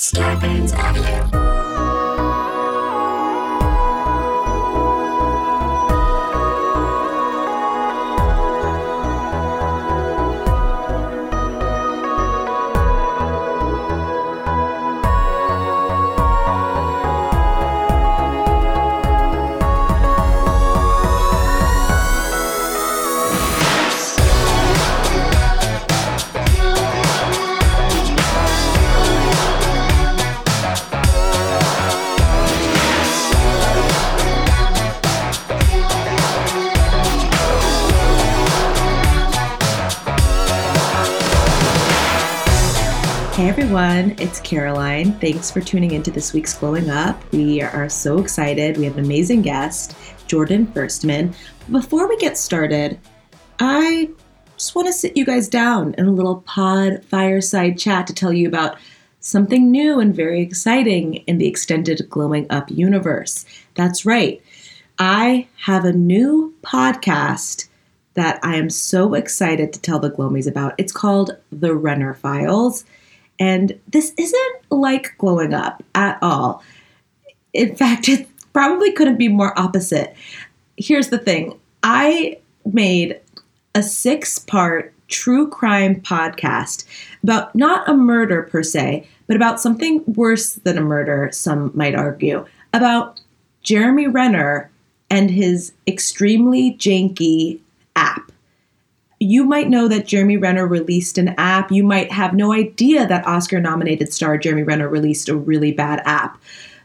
Scarpins Audio. Hey everyone, it's Caroline. Thanks for tuning into this week's Glowing Up. We are so excited. We have an amazing guest, Jordan Firstman. Before we get started, I just want to sit you guys down in a little pod fireside chat to tell you about something new and very exciting in the extended Glowing Up universe. That's right. I have a new podcast that I am so excited to tell the Glomies about. It's called The Renner Files. And this isn't like glowing up at all. In fact, it probably couldn't be more opposite. Here's the thing I made a six part true crime podcast about not a murder per se, but about something worse than a murder, some might argue, about Jeremy Renner and his extremely janky app you might know that Jeremy Renner released an app. You might have no idea that Oscar nominated star Jeremy Renner released a really bad app.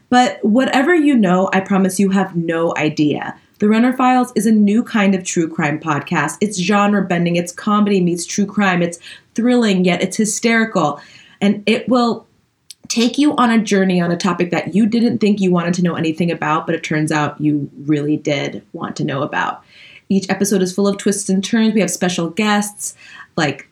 But whatever you know, I promise you have no idea. The Renner Files is a new kind of true crime podcast. It's genre bending, it's comedy meets true crime, it's thrilling, yet it's hysterical. And it will take you on a journey on a topic that you didn't think you wanted to know anything about, but it turns out you really did want to know about. Each episode is full of twists and turns. We have special guests like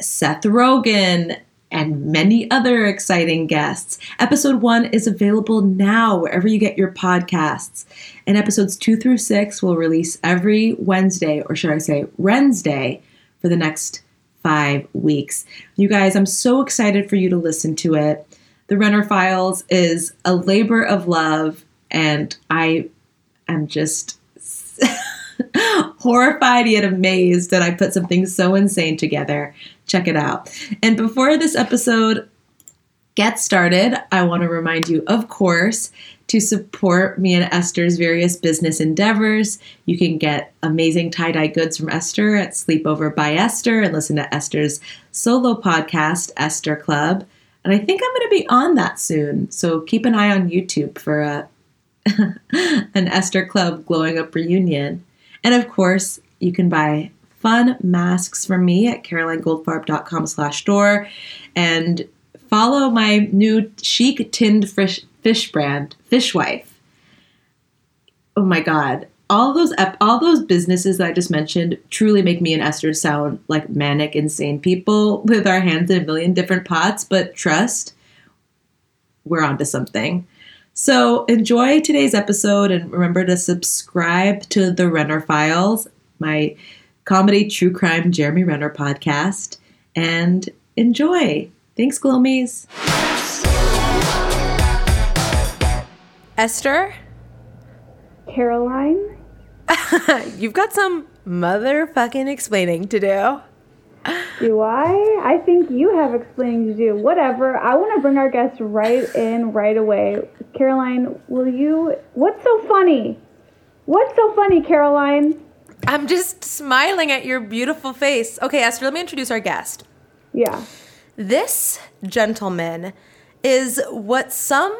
Seth Rogen and many other exciting guests. Episode one is available now wherever you get your podcasts. And episodes two through six will release every Wednesday, or should I say, Wednesday, for the next five weeks. You guys, I'm so excited for you to listen to it. The Renner Files is a labor of love, and I am just horrified yet amazed that I put something so insane together. Check it out. And before this episode gets started, I want to remind you, of course, to support me and Esther's various business endeavors. You can get amazing tie dye goods from Esther at Sleepover by Esther and listen to Esther's solo podcast, Esther Club. And I think I'm going to be on that soon. So keep an eye on YouTube for a, an Esther Club glowing up reunion. And of course, you can buy fun masks from me at carolinegoldfarb.com slash store and follow my new chic tinned fish, fish brand, Fishwife. Oh my God. All those ep- all those businesses that I just mentioned truly make me and Esther sound like manic, insane people with our hands in a million different pots. But trust, we're onto something. So enjoy today's episode and remember to subscribe to the Renner Files, my comedy true crime Jeremy Renner podcast, and enjoy. Thanks, Gloomies. Esther, Caroline? you've got some motherfucking explaining to do. Do I? I think you have explaining to do. Whatever. I want to bring our guest right in right away. Caroline, will you? What's so funny? What's so funny, Caroline? I'm just smiling at your beautiful face. Okay, Esther, let me introduce our guest. Yeah. This gentleman is what some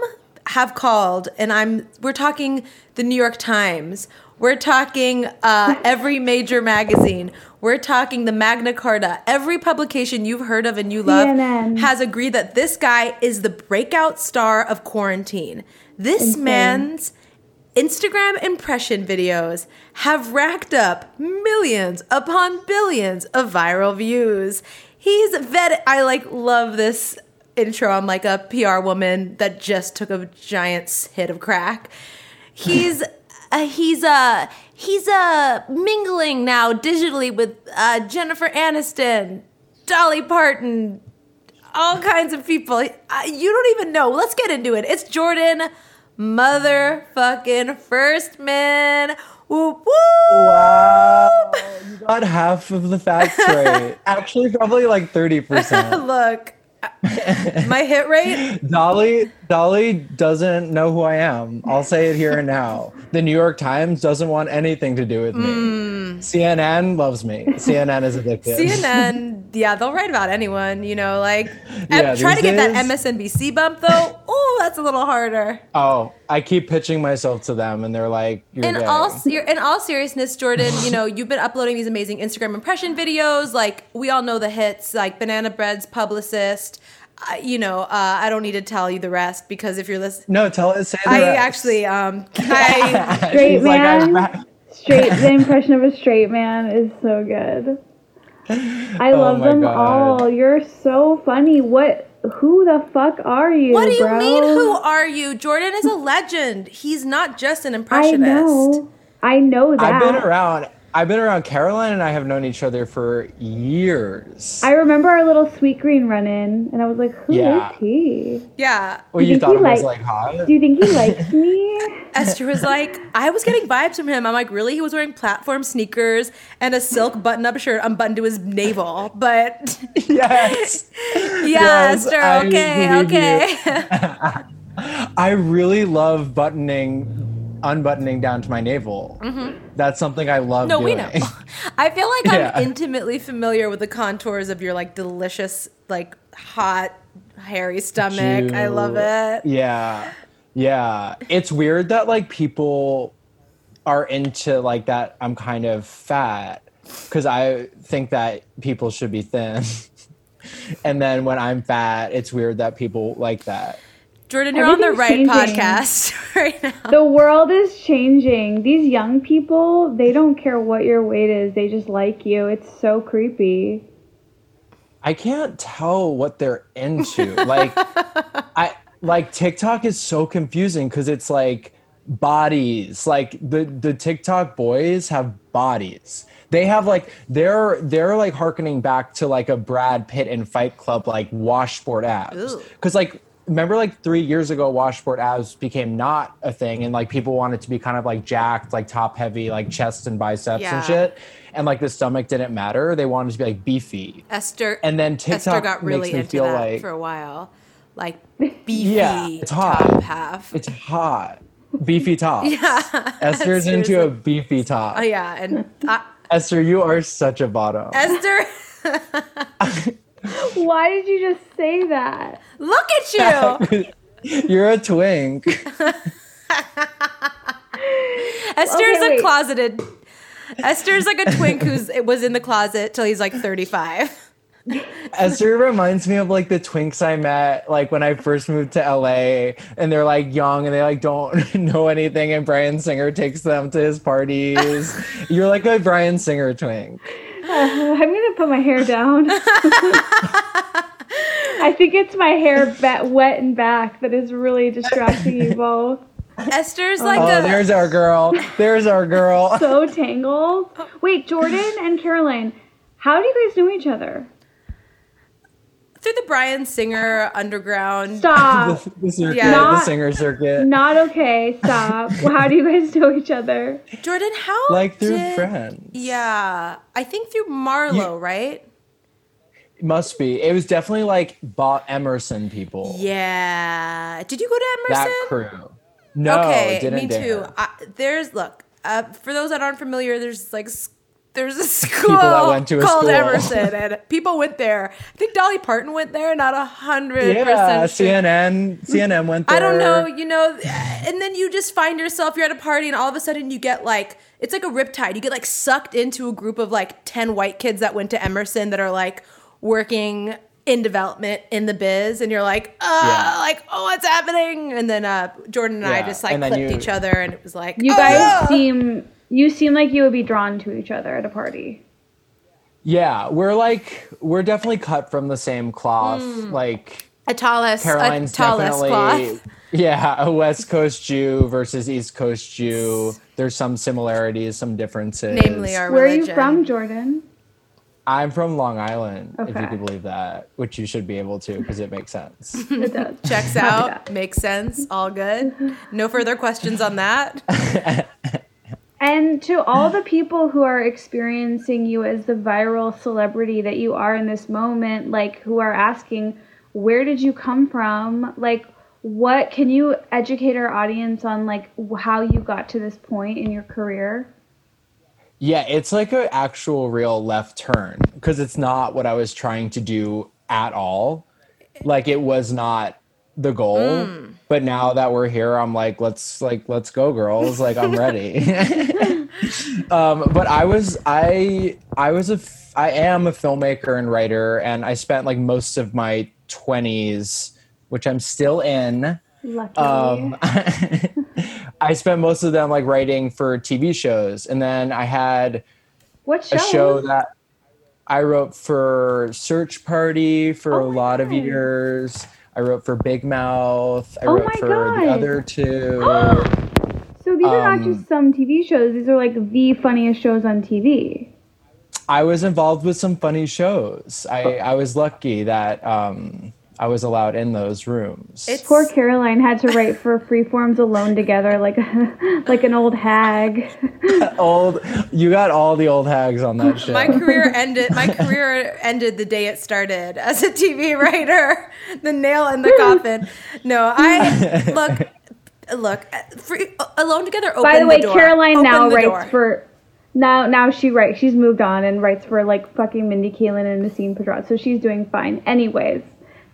have called, and I'm we're talking the New York Times We're talking uh, every major magazine. We're talking the Magna Carta. Every publication you've heard of and you love CNN. has agreed that this guy is the breakout star of quarantine. This man's Instagram impression videos have racked up millions upon billions of viral views. He's vet. I like love this intro. I'm like a PR woman that just took a giant hit of crack. He's uh, he's uh he's uh mingling now digitally with uh, Jennifer Aniston, Dolly Parton, all kinds of people. I, you don't even know. Let's get into it. It's Jordan motherfucking first man. Whoop whoop. Wow. You got half of the facts right. Actually, probably like 30%. Look, my hit rate. Dolly Dolly doesn't know who I am. I'll say it here and now. The New York Times doesn't want anything to do with me. Mm. CNN loves me. CNN is addicted. CNN, yeah, they'll write about anyone, you know, like Yeah, em- try to these get that days- MSNBC bump though. Ooh, that's a little harder. Oh, I keep pitching myself to them and they're like, you're In gay. all ser- in all seriousness, Jordan, you know you've been uploading these amazing Instagram impression videos. Like we all know the hits, like Banana Bread's publicist. Uh, you know, uh, I don't need to tell you the rest because if you're listening, no, tell it. Say the I rest. actually, um, I Straight She's like, man. I'm back. straight the impression of a straight man is so good i Oh love my them God. all you're so funny what who the fuck are you What do you bro? mean? Who are you? Jordan is a legend. He's not just an i impressionist. know i know that I've been around. I've been around Caroline and I have known each other for years. I remember our little sweet green run-in and i was like "Who is Yeah. he Yeah. well, you think thought he it was like- like hot. do you think he likes me Esther was like, I was getting vibes from him. I'm like, really? He was wearing platform sneakers and a silk button up shirt unbuttoned to his navel. But yes. yeah, Yes, Esther, I okay, believe okay. I really love buttoning, unbuttoning down to my navel. That's something I love. Mm-hmm. no, we doing. know. I feel like Yeah. I'm intimately familiar with the contours of your like delicious, like hot, hairy stomach. I love it. Yeah, yeah. It's weird that like people are into like that. I'm kind of fat because I think that people should be thin, and then when I'm fat, it's weird that people like that. Jordan, you're on the right Everything's changing. podcast right now. the world is changing these young people they don't care what your weight is they just like you it's so creepy I can't tell what they're into. Like I like TikTok is so confusing because it's like bodies. Like the the TikTok boys have bodies. They have like they're they're like harkening back to like a Brad Pitt and Fight Club like washboard abs. Ooh. Because like remember like three years ago washboard abs became not a thing and like people wanted to be kind of like jacked, like top heavy, like chest and biceps Yeah. and shit. And like the stomach didn't matter. They wanted to be like beefy. Esther And then Esther TikTok got makes really me into feel that like- for a while, like beefy Yeah, it's hot. top half. It's hot. Beefy top. yeah, Esther's into a beefy top. oh yeah, and I, Esther, you are such a bottom. Esther, why did you just say that look at you, You're a twink. Esther's Okay, a wait. closeted. Esther's like a twink who's it was in the closet till he's like thirty five. Esther reminds me of like the twinks I met like when I first moved to LA and they're like young and they like don't know anything and Brian Singer takes them to his parties. You're like a Brian Singer twink. I'm gonna put my hair down. I think it's my hair ba- wet and back that is really distracting you both. Esther's like Oh, a there's our girl. There's our girl. So tangled. Wait, Jordan and Caroline, how do you guys know each other? through the Brian Singer underground. Stop. The circuit, Yeah. the Not- singer circuit. Not okay. Stop. Well, how do you guys know each other? Jordan, how like through did- friends. Yeah, I think through Marlo, right? Must be. It was definitely like bought Emerson people. Yeah. Did you go to Emerson? That crew. No, okay, it didn't me dare. too. I, there's look uh, for those that aren't familiar. There's like s- There's a school that went to a called school. Emerson, and people went there. I think Dolly Parton went there. Not a hundred Yeah, percent. sure. CNN, CNN went there. I don't know, you know, and then you just find yourself you're at a party and all of a sudden you get like it's like a riptide. You get like sucked into a group of like 10 white kids that went to Emerson that are like working in development in the biz and you're like, "Uh, Yeah. like, oh, what's happening?" And then uh Jordan and I Yeah, just like and then clipped you- each other and it was like, You "Oh!" guys seem you seem like you would be drawn to each other at a party. Yeah, we're like we're definitely cut from the same cloth. Like Hmm. a tallest a Caroline's tallest definitely cloth. yeah, a West Coast Jew versus East Coast Jew. There's some similarities, some differences. Namely our Where religion. are you from, Jordan? I'm from Long Island, if Okay. you could believe that, which you should be able to because it makes sense. It does. Checks out, makes sense, all good. No further questions on that. And to all the people who are experiencing you as the viral celebrity that you are in this moment, like who are asking, where did you come from? Like, what can you educate our audience on, like, wh- how you got to this point in your career? Yeah, it's like an actual real left turn because it's not what I was trying to do at all. Like it was not the goal. But now that we're here, I'm like, let's like let's go, girls. Like I'm ready. um, but I was I I was a f- I am a filmmaker and writer, and I spent like most of my 20s, which I'm still in. Luckily. Um, I spent most of them like writing for TV shows, and then I had what show? a show that I wrote for Search Party for Oh a my lot of God. years. I wrote for Big Mouth. I Oh wrote my for God. the other two. so these are not um, just some TV shows, these are like the funniest shows on TV. I was involved with some funny shows. Oh. I, I was lucky that um, I was allowed in those rooms. It's Poor Caroline had to write for Freeforms alone together, like like an old hag. old. You got all the old hags on that show. My career ended. My career ended the day it started as a TV writer. The nail in the coffin. No, I look, look. Free, alone together. Opened By the way, door. Caroline Opened now the writes door. for now now she writes she's moved on and writes for like fucking Mindy Kaling and Nassim Pedrad, so she's doing fine. Anyways,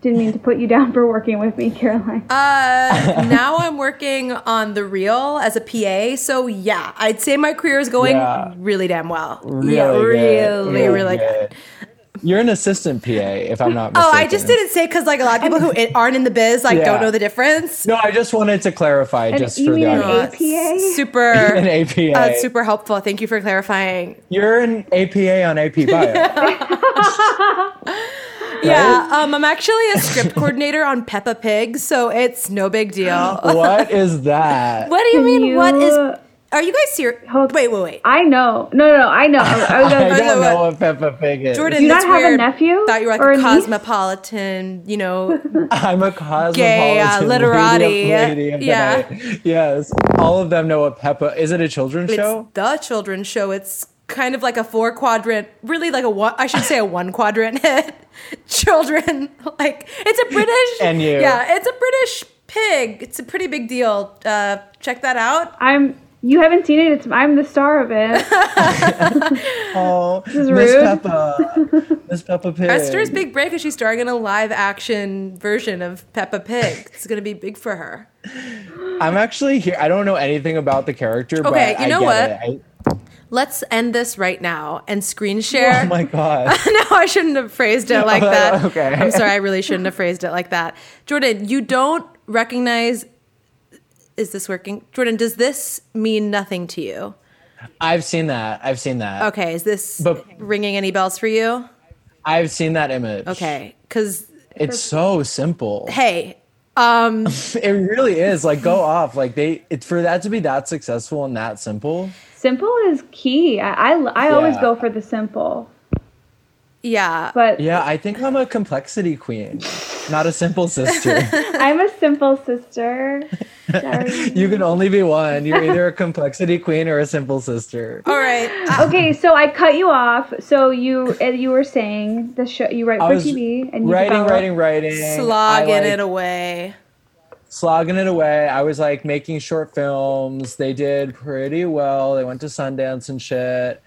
didn't mean to put you down for working with me, Caroline. Uh, now I'm working on the real as a PA. So yeah, I'd say my career is going Yeah. really damn well. Really yeah, good, really, really good. You're an assistant PA, if I'm not Oh, mistaken. I just didn't say because like a lot of people who i- aren't in the biz like don't Yeah. know the difference. No, I just wanted to clarify just you for the mean an audience. It's APA? Super. An APA. Uh, it's E super helpful. Thank you for clarifying. You're an APA on AP Bio. Yeah, um, I'm actually a script coordinator on Peppa Pig, so it's no big deal. What is that? What do you mean? what You- is? Are you guys serious? Hold- Wait, wait, wait. I know. No, no, I know. I, I was I gonna- don't what- know what Peppa Pig is. Jordan, Do you that's not have a weird. nephew Thought you were like or a a niece? cosmopolitan, you know, I'm a cosmopolitan Gay, uh, lady of- literati. lady of the Yeah. night. Yes. All of them know what Peppa. Is it a children's show? it's the children's show. It's kind of like a four quadrant, really like a one. I should say a one quadrant hit. Children, like it's a British. And you. yeah, it's a British pig. It's a pretty big deal. Uh, check that out. I'm you haven't seen it, it's I'm the star of it. Oh, is Miss rude. Peppa. Miss Peppa Pig. Esther's big break is she's starring in a live action version of Peppa Pig. It's gonna be big for her. I'm actually here. I don't know anything about the character, Okay, but you I know get what? it. Let's end this right now and screen I, share. oh my god. no, I shouldn't have phrased it like that. Okay. I'm sorry, I really shouldn't have phrased it like that. Jordan, you don't recognize is this working? Jordan, does this mean nothing to you? I've seen that. I've seen that. Okay, is this But- ringing any bells for you? I've seen that image. Okay, cuz It's so simple. hey, um It really is. Like go off. Like they it's for that to be that successful and that simple. Simple is key. I I, I always Yeah. go for the simple. yeah. But Yeah, I think I'm a complexity queen, not a simple sister. I'm a simple sister. Sorry. you can only be one. You're either a complexity queen or a simple sister. All right. I- Okay, so I cut you off. So you uh, you were saying the show you write I for was TV and you writing, develop- writing, writing. slogging I, like, it away. slogging it away. I was like making short films. They did pretty well. They went to Sundance and shit.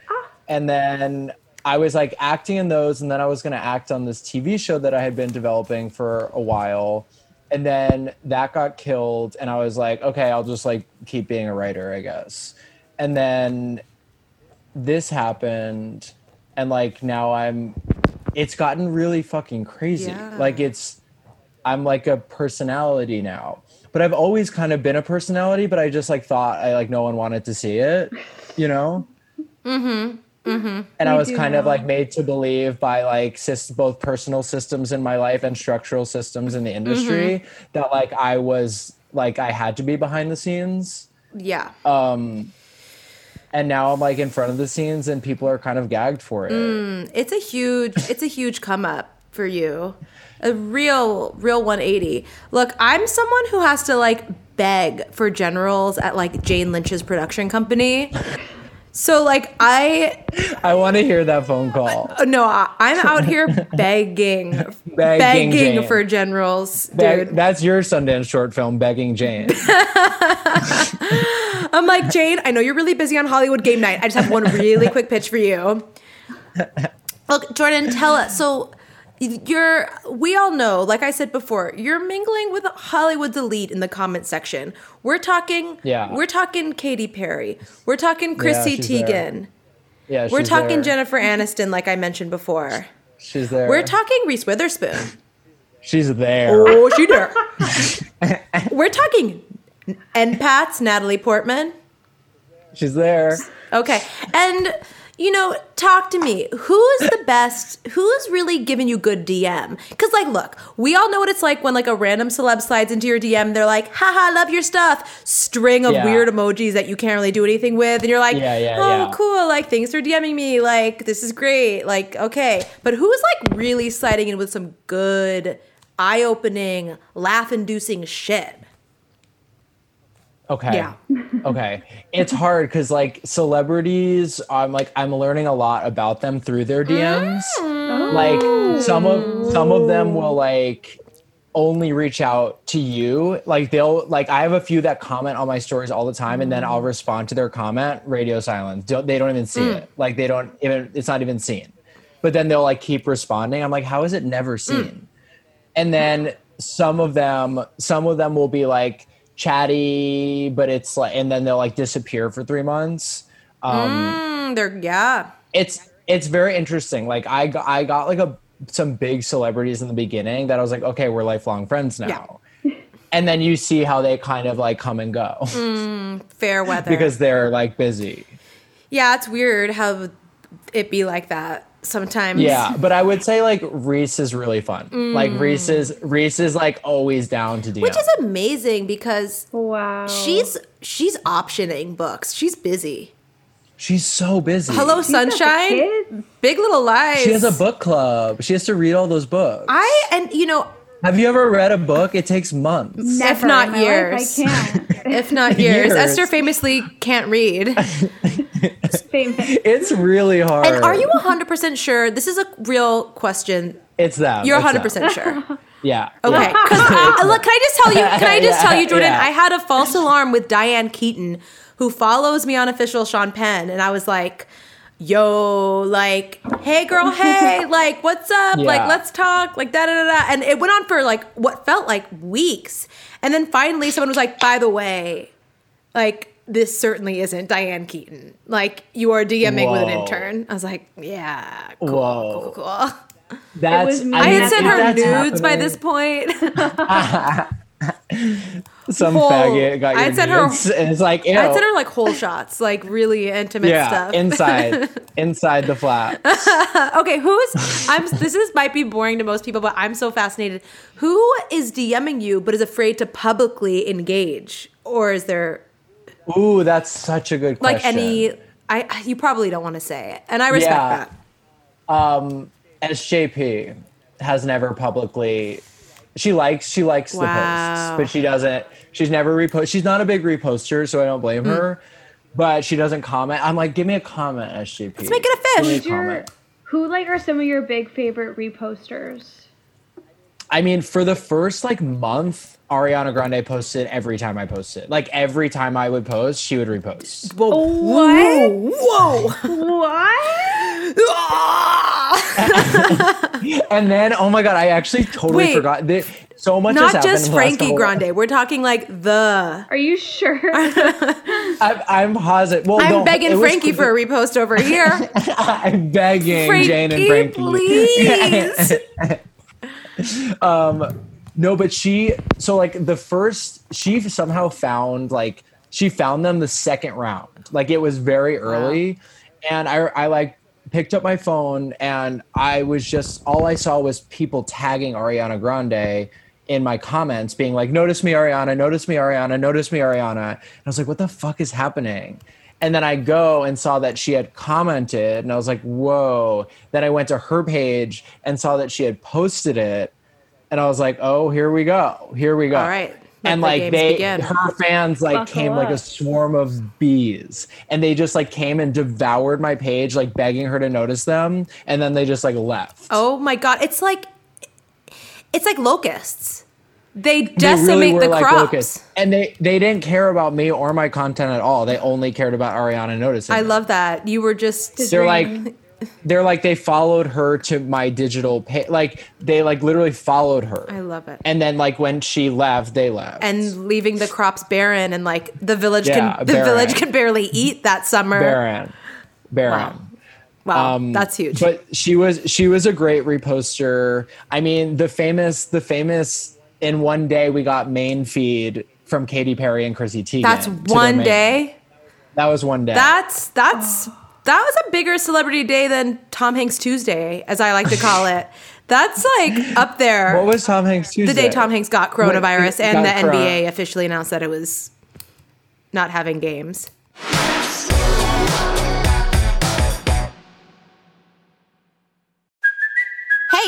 and then I was like acting in those, and then I was going to act on this TV show that I had been developing for a while. And then that got killed, and I was like, okay, I'll just like keep being a writer, I guess. And then this happened, and like now I'm, it's gotten really fucking crazy. Yeah. Like it's, I'm like a personality now. But I've always kind of been a personality, but I just like thought I like no one wanted to see it, you know? Mm-hmm. and I was kind of like made to believe by like sys- both personal systems in my life and structural systems in the industry Mm-hmm. that like I was like I had to be behind the scenes Yeah. and now I'm like in front of the scenes and people are kind of gagged for it. it's a huge it's a huge come up for you a real real 180 look i'm someone who has to like beg for generals at like jane lynch's production company so like i I want to hear that phone call. no I, i'm out here begging begging, Jane. for generals dude Beg- that's your Sundance short film begging Jane. i'm like jane i know you're really busy on hollywood game night i just have one really quick pitch for you Look, Jordan, tell us. So you're we all know, like I said before, you're mingling with Hollywood's elite in the comment section. We're talking Yeah. we're talking Katy Perry. We're talking Chrissy she's Teigen. there. Yeah, We're she's talking there. Jennifer Aniston, like I mentioned before. She's there. We're talking Reese Witherspoon. she's there. oh, she there. we're talking NPATS, Natalie Portman. She's there. Okay. And you know, talk to me. Who's the best? Who's really giving you good DM? Cuz like look, we all know what it's like when like a random celeb slides into your DM, they're like, "Haha, love your stuff." String of Yeah. weird emojis that you can't really do anything with and you're like, Yeah, yeah, "Oh, yeah. cool. Like thanks for DMing me. Like this is great. Like okay." But who's like really sliding in with some good eye-opening, laugh-inducing shit? Okay. Yeah. okay. It's hard because like celebrities, I'm like I'm learning a lot about them through their DMs. Like some of some of them will like only reach out to you. Like they'll like I have a few that comment on my stories all the time, and then I'll respond to their comment. Radio silence. Don't, they don't even see it. Like they don't even. It's not even seen. But then they'll like keep responding. I'm like, how is it never seen? and then some of them some of them will be like chatty but it's like and then they'll like disappear for three months Mm, they're yeah. it's it's very interesting like i got, i got like a some big celebrities in the beginning that i was like okay we're lifelong friends now and then you see how they kind of like come and go Mm. Fair weather. because they're like busy Yeah, it's weird how it be like that sometimes. yeah but i would say like reese is really fun like reese is reese is like always down to do Mm. Which is amazing because Wow. she's she's optioning books. She's busy. she's so busy Hello She's got the Sunshine, kids. Big Little Lies. She has a book club. She has to read all those books. I and you know, Have you ever read a book? It takes months. Never if not in my life, years. I can't. if not years. Years. Esther famously can't read. Famous. It's really hard. And are you 100% sure? This is a real question. It's them. You're It's 100% them. sure. Yeah. Okay. Yeah. 'Cause I, look, can I just tell you? Can I just tell you, Jordan? Yeah. I had a false alarm with Diane Keaton, who follows me on official Sean Penn, and I was like, "Yo, like, hey, girl, hey, like, what's up? Like, Yeah. let's talk, like, da da da da." And it went on for like what felt like weeks, and then finally, someone was like, "By the way, like." This certainly isn't Diane Keaton. Like you are DMing with an Whoa. intern. I was like, yeah, cool, Whoa. cool, cool. cool. That's, was me. I had mean, sent if her that's nudes by this happening, point. Some whole- faggot got your I I had sent her- and it's like, ew. I would her like whole shots, like really intimate yeah, stuff. inside, inside the flap. okay, who's I'm this is might be boring to most people, but I'm so fascinated. Who is DMing you but is afraid to publicly engage? Or is there Ooh, that's such a good question. like any I you probably don't want to say it. And I respect Yeah. that. SJP has never publicly she likes she likes Wow. the posts, but she doesn't she's never repost she's not a big reposter, so I don't blame Mm. her. But she doesn't comment. I'm like, give me a comment, SJP. Let's make it a fish. Who's your, who like are some of your big favorite reposters? I mean, for the first like month, Ariana Grande posted every time I posted. Like every time I would post, she would repost. Whoa. Oh, What? Whoa. What? Ah! And then, oh my god, I actually totally Wait. forgot. Th- so much has Not happened just in the last Frankie couple- Grande. We're talking like the. Are you sure? I'm, I'm positive. Well, I'm no, it begging was- Frankie for a repost over here. I'm begging Jane and Frankie. please. No, but she so like the first she somehow found like she found them the second round. Like it was very early and I I like picked up my phone and I was just all I saw was people tagging Ariana Grande in my comments being like notice me Ariana, notice me Ariana, notice me Ariana. And I was like what the fuck is happening? And then I go and saw that she had commented and I was like whoa. Then I went to her page and saw that she had posted it and I was like, "Oh, here we go, here we go." All right. Let and the like games they, begin. her fans like Buckle came like a up. swarm of bees, and they just like came and devoured my page, like begging her to notice them, and then they just like left. Oh my god, it's like it's like locusts. They They decimate the crops. locusts. and they they didn't care about me or my content at all. They only cared about Ariana noticing. I it. love that. You were just They're like. They're like they followed her to my digital page. Like they like literally followed her. I love it. And then like when she left, they left. and leaving the crops barren and like the village Yeah, can the barren. village can barely eat that summer. Baron, Baron. Wow. Wow, that's huge. Um, But she was she was a great reposter. I mean, the famous the famous in one day we got main feed from Katy Perry and Chrissy Teigen. that's to their one main- day. That was one day. That's that's that was a bigger celebrity day than Tom Hanks Tuesday, as I like to call it. That's like up there. what was Tom Hanks Tuesday? the day Tom Hanks got coronavirus When he and got the corona- NBA officially announced that it was not having games. Hey,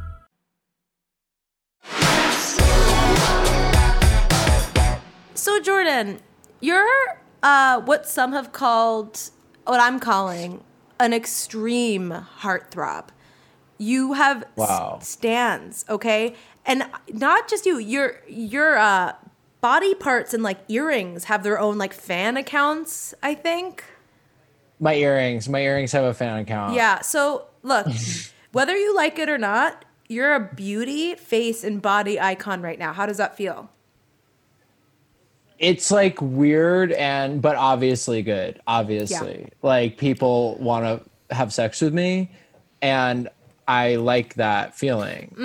So Jordan, you're uh, what some have called, what I'm calling, an extreme heartthrob. You have s- Wow. stands, okay, and not just you. Your your uh, body parts and like earrings have their own like fan accounts. I think. My earrings. My earrings have a fan account. Yeah. So look, whether you like it or not, you're a beauty, face, and body icon right now. How does that feel? It's like weird and but obviously good. Obviously. Like people want to have sex with me and I like that feeling.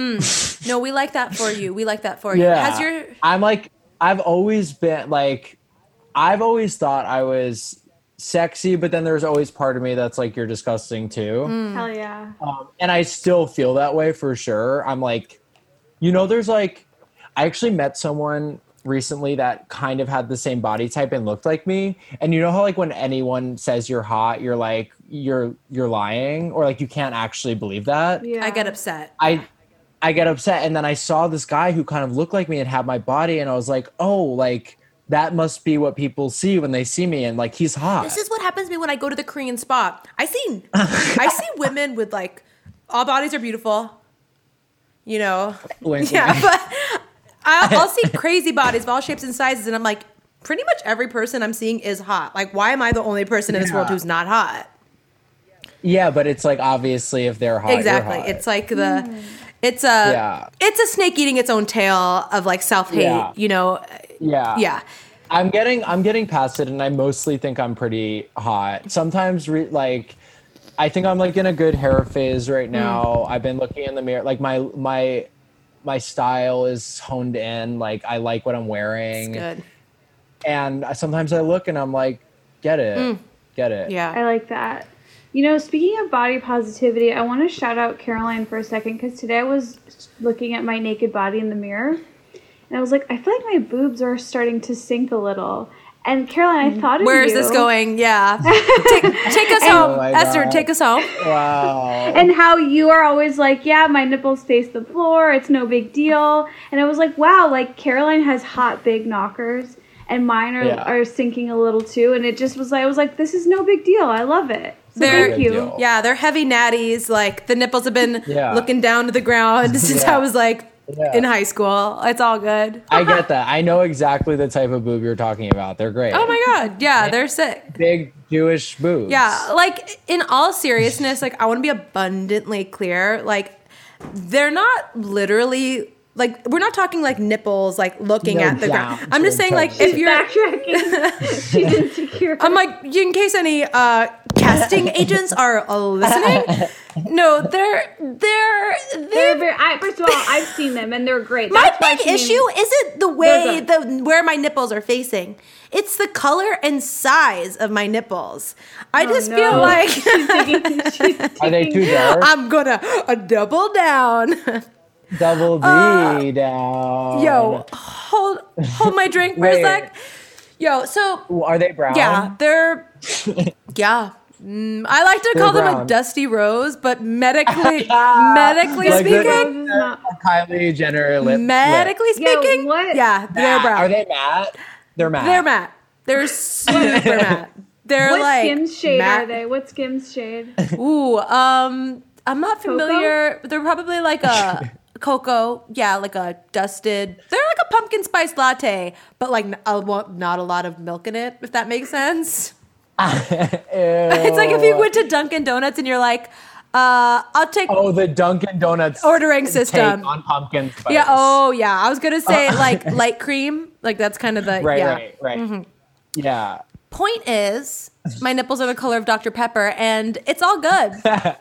No, we like that for you. We like that for you. Yeah. Has your I'm like I've always been like I've always thought I was sexy, but then there's always part of me that's like you're disgusting too. Mm. Hell yeah. Um, and I still feel that way for sure. I'm like you know there's like I actually met someone recently that kind of had the same body type and looked like me. And you know how like when anyone says you're hot, you're like you're you're lying or like you can't actually believe that. Yeah. I get upset. I I get upset and then I saw this guy who kind of looked like me and had my body and I was like, "Oh, like that must be what people see when they see me and like he's hot." This is what happens to me when I go to the Korean spa. I see I see women with like all bodies are beautiful. You know. Wink, Yeah, wink. but I'll, I'll see crazy bodies of all shapes and sizes and I'm like pretty much every person I'm seeing is hot. Like why am I the only person in this world Yeah. who's not hot? yeah, but it's like obviously if they're hot. Oh, you're exactly. hot. It's like the Hmm. it's a Yeah. it's a snake eating its own tail of like self-hate, Yeah. Uh, you know. yeah. Yeah. I'm getting I'm getting past it and I mostly think I'm pretty hot. Sometimes re- like I think I'm like in a good hair phase Mm. right now. I've been looking in the mirror like my my my style is honed in. Like I like what I'm wearing. Good. and I- sometimes I look and I'm like, get it, get it. Mm. Yeah. I like that. You know, speaking of body positivity, I want to shout out Caroline for a second because today I was looking at my naked body in the mirror and I was like, I feel like my boobs are starting to sink a little. And Caroline, I thought Mm-hmm. of Where is you. this going? Yeah. take, take us home. Oh my Esther, God. take us home. Wow. and how you are always like, yeah, my nipples face the floor. It's no big deal. And I was like, wow, like Caroline has hot big knockers, and mine are, Yeah. are sinking a little too. And it just was like, I was like, this is no big deal. I love it. So They're- thank you. Deal. Yeah, they're heavy natties. Like the nipples have been Yeah. looking down to the ground since Yeah. I was like Yeah. in high school. It's all good. I get that. I know exactly the type of boob you're talking about. They're great. Oh my god. Yeah, they're sick. Big Jewish boobs. Yeah, like in all seriousness, like I want to be abundantly clear. Like they're not literally like we're not talking like nipples like looking No at the ground. doubt. I'm just saying like if you're Backtracking. She's insecure. I'm like, in case any uh, casting agents are uh, listening, no, they're they're They're they're. very, I, first of all, I've seen them and they're great. My That's why big she named- issue isn't the way Those the where my nipples are facing; it's the color and size of my nipples. I Oh, just no. feel like She's digging- she's Are they digging- too dark? I'm gonna uh, double down. Double D down. uh, Yo, hold hold my drink for a Um, Wait. um, sec. Yo, so Are they brown? Yeah, they're yeah. Mm, I like to call them a brown. dusty rose, but medically medically Like the- speaking, This is not- Kylie Jenner lip. lip. medically Yo, speaking, what? yeah, they're Matte. brown. Are they matte? They're matte. They're matte. They're super matte. They're What like skim's shade matte. are they? What skim's shade? Ooh, um, I'm not familiar. They're probably like a cocoa. Yeah, like a dusted. They're like a pumpkin spice latte, but like n- a lo- not a lot of milk in it. If that makes sense. It's like if you went to Dunkin' Donuts and you're like, uh, I'll take Oh, the Dunkin' Donuts ordering take system. on pumpkin spice. yeah. Oh, yeah. I was gonna say like light cream. Like that's kind of the Right, yeah. Mm-hmm. right, right. Yeah. Point is, my nipples are the color of Dr Pepper, and it's all good.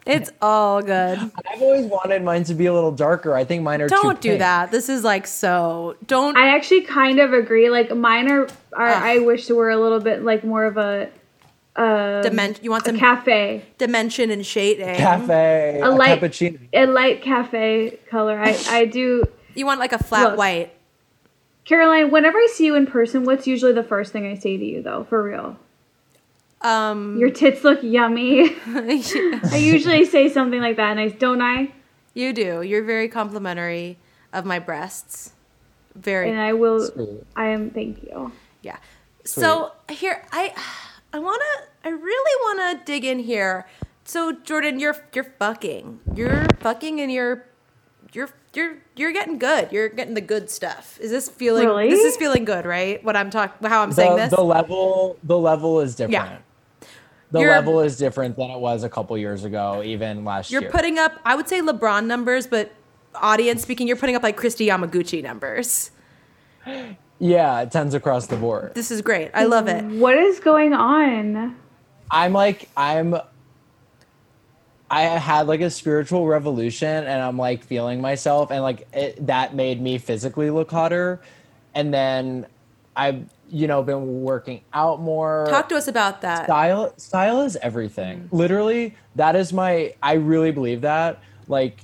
it's all good. I've always wanted mine to be a little darker. I think mine are too Don't do pink. that. This is like so. Don't. I actually kind of agree. Like mine are, are I wish they were a little bit like more of a uh, dimension. You want some cafe, dimension and shading. Cafe, a, light- cappuccino. a light cafe color. I I do. You want like a flat Look. white. Caroline, whenever I see you in person, what's usually the first thing I say to you though? For real, Um, your tits look yummy. I usually say something like that, and I don't I. you do. You're very complimentary of my breasts. Very. And I will. Sweet. I am. Thank you. Yeah. So here I I want to I really want to dig in here. So Jordan, you're you're fucking. You're fucking and you're you're you're you're getting good. You're getting the good stuff. Is this feeling Really? this is feeling good, right? What I'm talking how I'm saying The, this? the level, the level is different. Yeah. The You're- level is different than it was a couple years ago, even last You're year. putting up I would say LeBron numbers, but audience speaking, you're putting up like Christy Yamaguchi numbers. yeah, it tends across the board. This is great. I love it. What is going on? I'm like I'm I had like a spiritual revolution and I'm like feeling myself and like it, that made me physically look hotter and then I've you know been working out more Talk to us about that. style style is everything literally that is my I really believe that like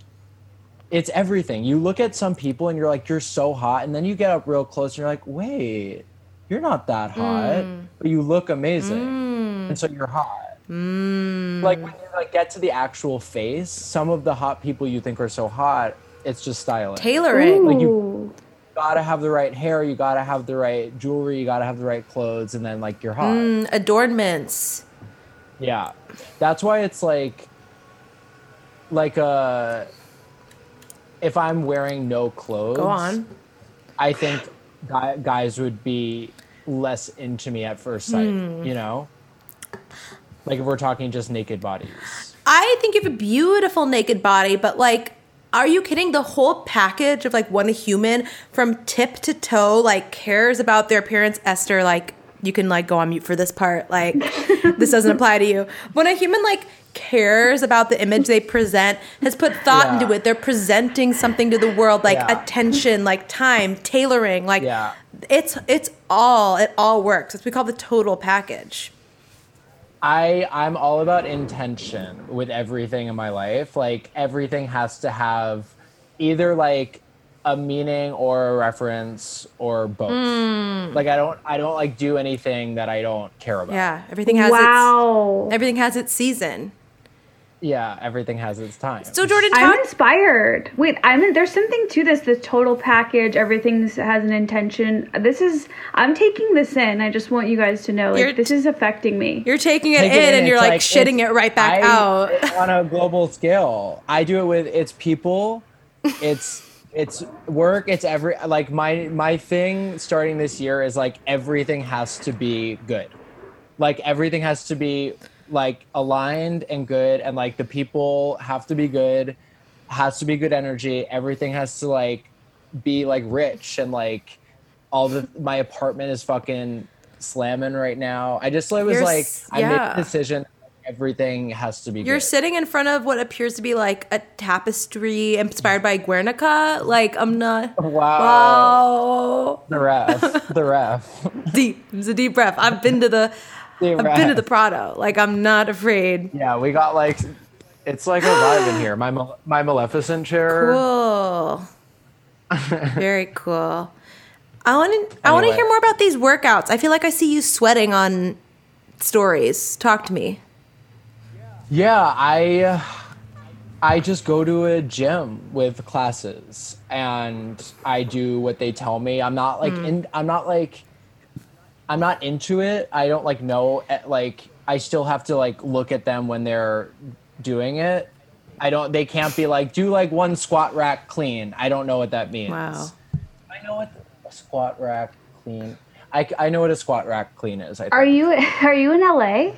it's everything you look at some people and you're like you're so hot and then you get up real close and you're like wait you're not that hot but you look amazing and so you're hot like when you like get to the actual face some of the hot people you think are so hot it's just styling Tailoring. you- Ooh. you gotta have the right hair you gotta have the right jewelry you gotta have the right clothes and then like you're hot Adornments. yeah. That's why it's like like uh if I'm wearing no clothes, Go on. I think guy, guys would be less into me at first sight, Hmm. you know? Like if we're talking just naked bodies. I think you have a beautiful naked body, but like, are you kidding? The whole package of like one human from tip to toe, like cares about their appearance. Esther, like, you can like go on mute for this part. Like, this doesn't apply to you. When a human like cares about the image they present, has put thought Yeah. into it, they're presenting something to the world, like Yeah. attention, like time, tailoring, like Yeah. it's it's all it all works. It's what we call the total package. I I'm all about intention with everything in my life. Like everything has to have either like a meaning or a reference or both. Hmm. Like I don't I don't like do anything that I don't care about. Yeah, everything has wow. its everything has its season. Yeah, everything has its time. So Jordan, I'm talk, inspired. Wait, I'm in, there's something to this. This total package, everything has an intention. This is I'm taking this in. I just want you guys to know, like, You're- this is affecting me. you're taking it, Take in, it and it's you're like, shitting it's- it right back I- out. on a global scale. I do it with it's people, it's it's work, it's every like my my thing starting this year is like everything has to be good. Like everything has to be like aligned and good and like the people have to be good, has to be good energy, everything has to like be like rich and like all the my apartment is fucking slamming right now. I just it was You're like s- I made yeah. a decision. Everything has to be. You're good. sitting in front of what appears to be like a tapestry inspired by Guernica. Like I'm not. Wow. Wow. The ref. The ref. Deep. It's a deep breath. I've been to the. The I've ref. been to the Prado. Like I'm not afraid. Yeah, we got like. It's like alive in here. My Male- my Maleficent chair. Cool. Very cool. I want to. I want to Anyway. hear more about these workouts. I feel like I see you sweating on stories. Talk to me. Yeah, I uh, I just go to a gym with classes and I do what they tell me. I'm not Hmm. like in I'm not like I'm not into it. I don't like know eh, like I still have to like look at them when they're doing it. I don't they can't be like do like one squat rack clean. I don't know what that means. Wow. I know what a squat rack clean. I, I know what a squat rack clean is. I Are think. you are you in LA?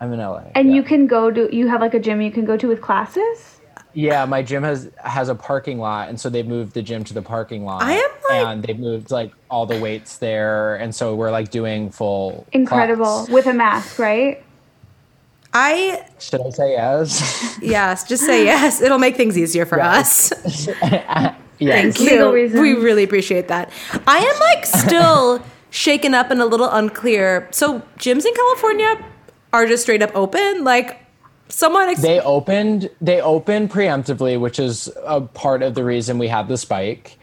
I'm in LA. And yeah. you can go to you have like a gym you can go to with classes. Yeah, my gym has has a parking lot, and so they moved the gym to the parking lot. I am, like- and they moved like all the weights there, and so we're like doing full. Incredible class. with a mask, right? I Should I say yes? yes. Just say yes. It'll make things easier for us. yes. Thank Legal you. reasons. We really appreciate that. I am like still shaken up and a little unclear. So gyms in California are just straight up open. Like someone, ex- They opened. They opened preemptively, which is a part of the reason we had the spike.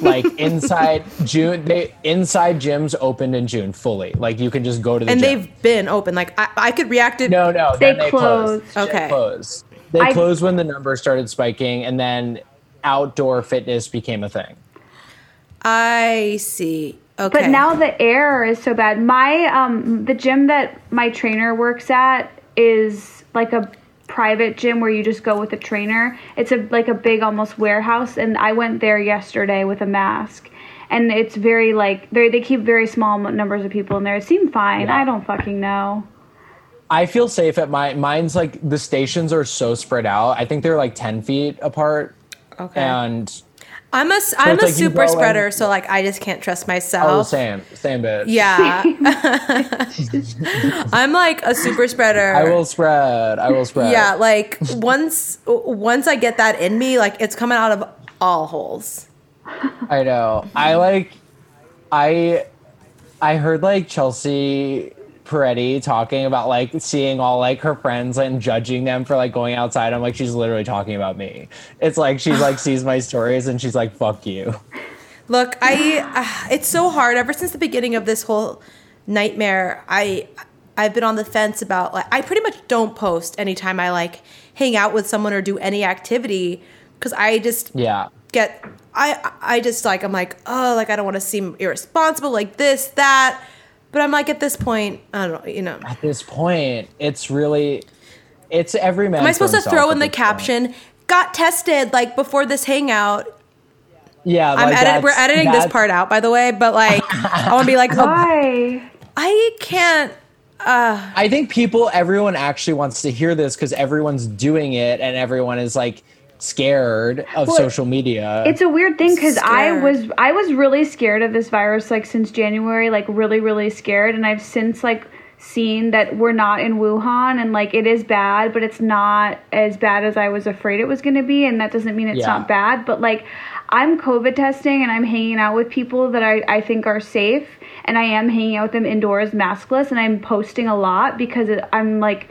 like inside June, they inside gyms opened in June fully. Like you can just go to the and gym. they've been open. Like I, I could react to No, no, They then they closed. closed. They Okay. closed. They I- closed when the numbers started spiking, and then outdoor fitness became a thing. I see. Okay. But now the air is so bad. My um the gym that my trainer works at is like a private gym where you just go with a trainer. It's a like a big almost warehouse and I went there yesterday with a mask. And it's very like they they keep very small m- numbers of people in there. It seemed fine. I don't fucking know. I feel safe at my mine's like the stations are so spread out. I think they're like ten feet apart, okay. and I'm a am it's a like you super go in- spreader, so like I just can't trust oh, myself. same, same bit. yeah. I'm like a super spreader. I will spread. I will spread. Yeah, like once once I get that in me, like it's coming out of all holes. I know. I like. I I heard like Chelsea Peretti talking about like seeing all like her friends and judging them for like going outside. I'm like, she's literally talking about me. It's like she's like sees my stories and she's like, fuck you. Look, I uh, it's so hard ever since the beginning of this whole nightmare. I I've been on the fence about like I pretty much don't post anytime I like hang out with someone or do any activity cuz I just Yeah. get I I just like I'm like, "Oh, like I don't want to seem irresponsible like this, that." But I'm like at this point, I don't know, you know. At this point, it's really it's every man. Am I supposed to throw in the caption? Got tested like before this hangout. Yeah, I'm like, edit- we're that's- editing this that's- part out, by the way, but like I want to be like, oh, Why? I can't. I think people, everyone actually wants to hear this because everyone's doing it and everyone is like scared of social media. It's a weird thing because I Scared. was I was really scared of this virus like since January, like really really scared, and I've since like seen that we're not in Wuhan and like it is bad, but it's not as bad as I was afraid it was going to be, and that doesn't mean it's Yeah. not bad, but like I'm COVID testing and I'm hanging out with people that I, I think are safe, and I am hanging out with them indoors maskless, and I'm posting a lot because it, I'm like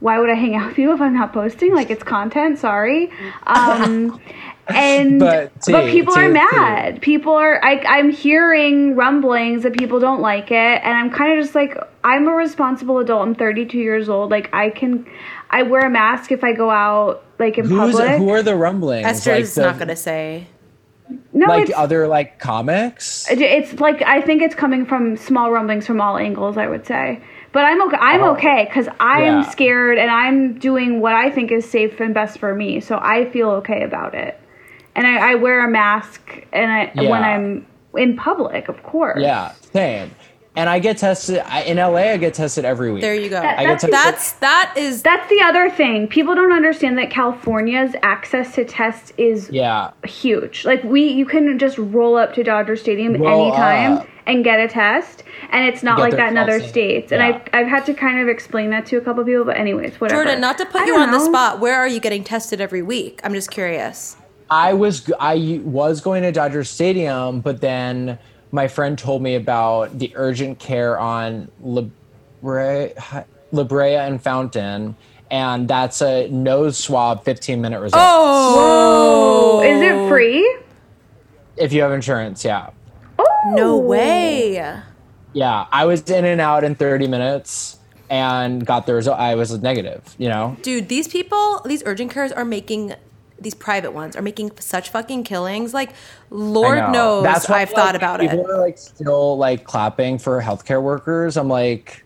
why would I hang out with you if I'm not posting? Like it's content. Sorry. Um, and But but, T, people T, are T. mad. People are. I, I'm hearing rumblings that people don't like it, and I'm kind of just like, I'm a responsible adult. I'm 32 years old. Like I can, I wear a mask if I go out, like in Who's public. who are the rumblings? Esther's the- not going to say. no, like it's, other like comics. it's like I think it's coming from small rumblings from all angles. I would say, but I'm okay. I'm okay because I Oh. Yeah. am scared and I'm doing what I think is safe and best for me. So I feel okay about it, and I, I wear a mask and I Yeah. when I'm in public, of course. Yeah, same. And I get tested I, in LA. I get tested every week. There you go. I That's- get tested. That's that is That's the other thing. People don't understand that California's access to tests is yeah. huge. Like we, you can just roll up to Dodger Stadium Roll anytime up. and get a test, and it's not Get like their that in other test in. states. And Yeah. I've I've had to kind of explain that to a couple people, but anyways, whatever. Jordan, not to I put you don't on the know. spot. Where are you getting tested every week? I'm just curious. I was g- I was going to Dodger Stadium, but then my friend told me about the urgent care on La Brea, La Brea and Fountain, and that's a nose swab, fifteen minute result. Oh, Is it free? If you have insurance, yeah, Oh No way. yeah. I was in and out in thirty minutes and got the result. I was negative. You know, Dude, these people, these urgent cares are making these private ones are making such fucking killings. Like, Lord I know. knows why, I've thought like, about it. people are like still like clapping for healthcare workers. I'm like,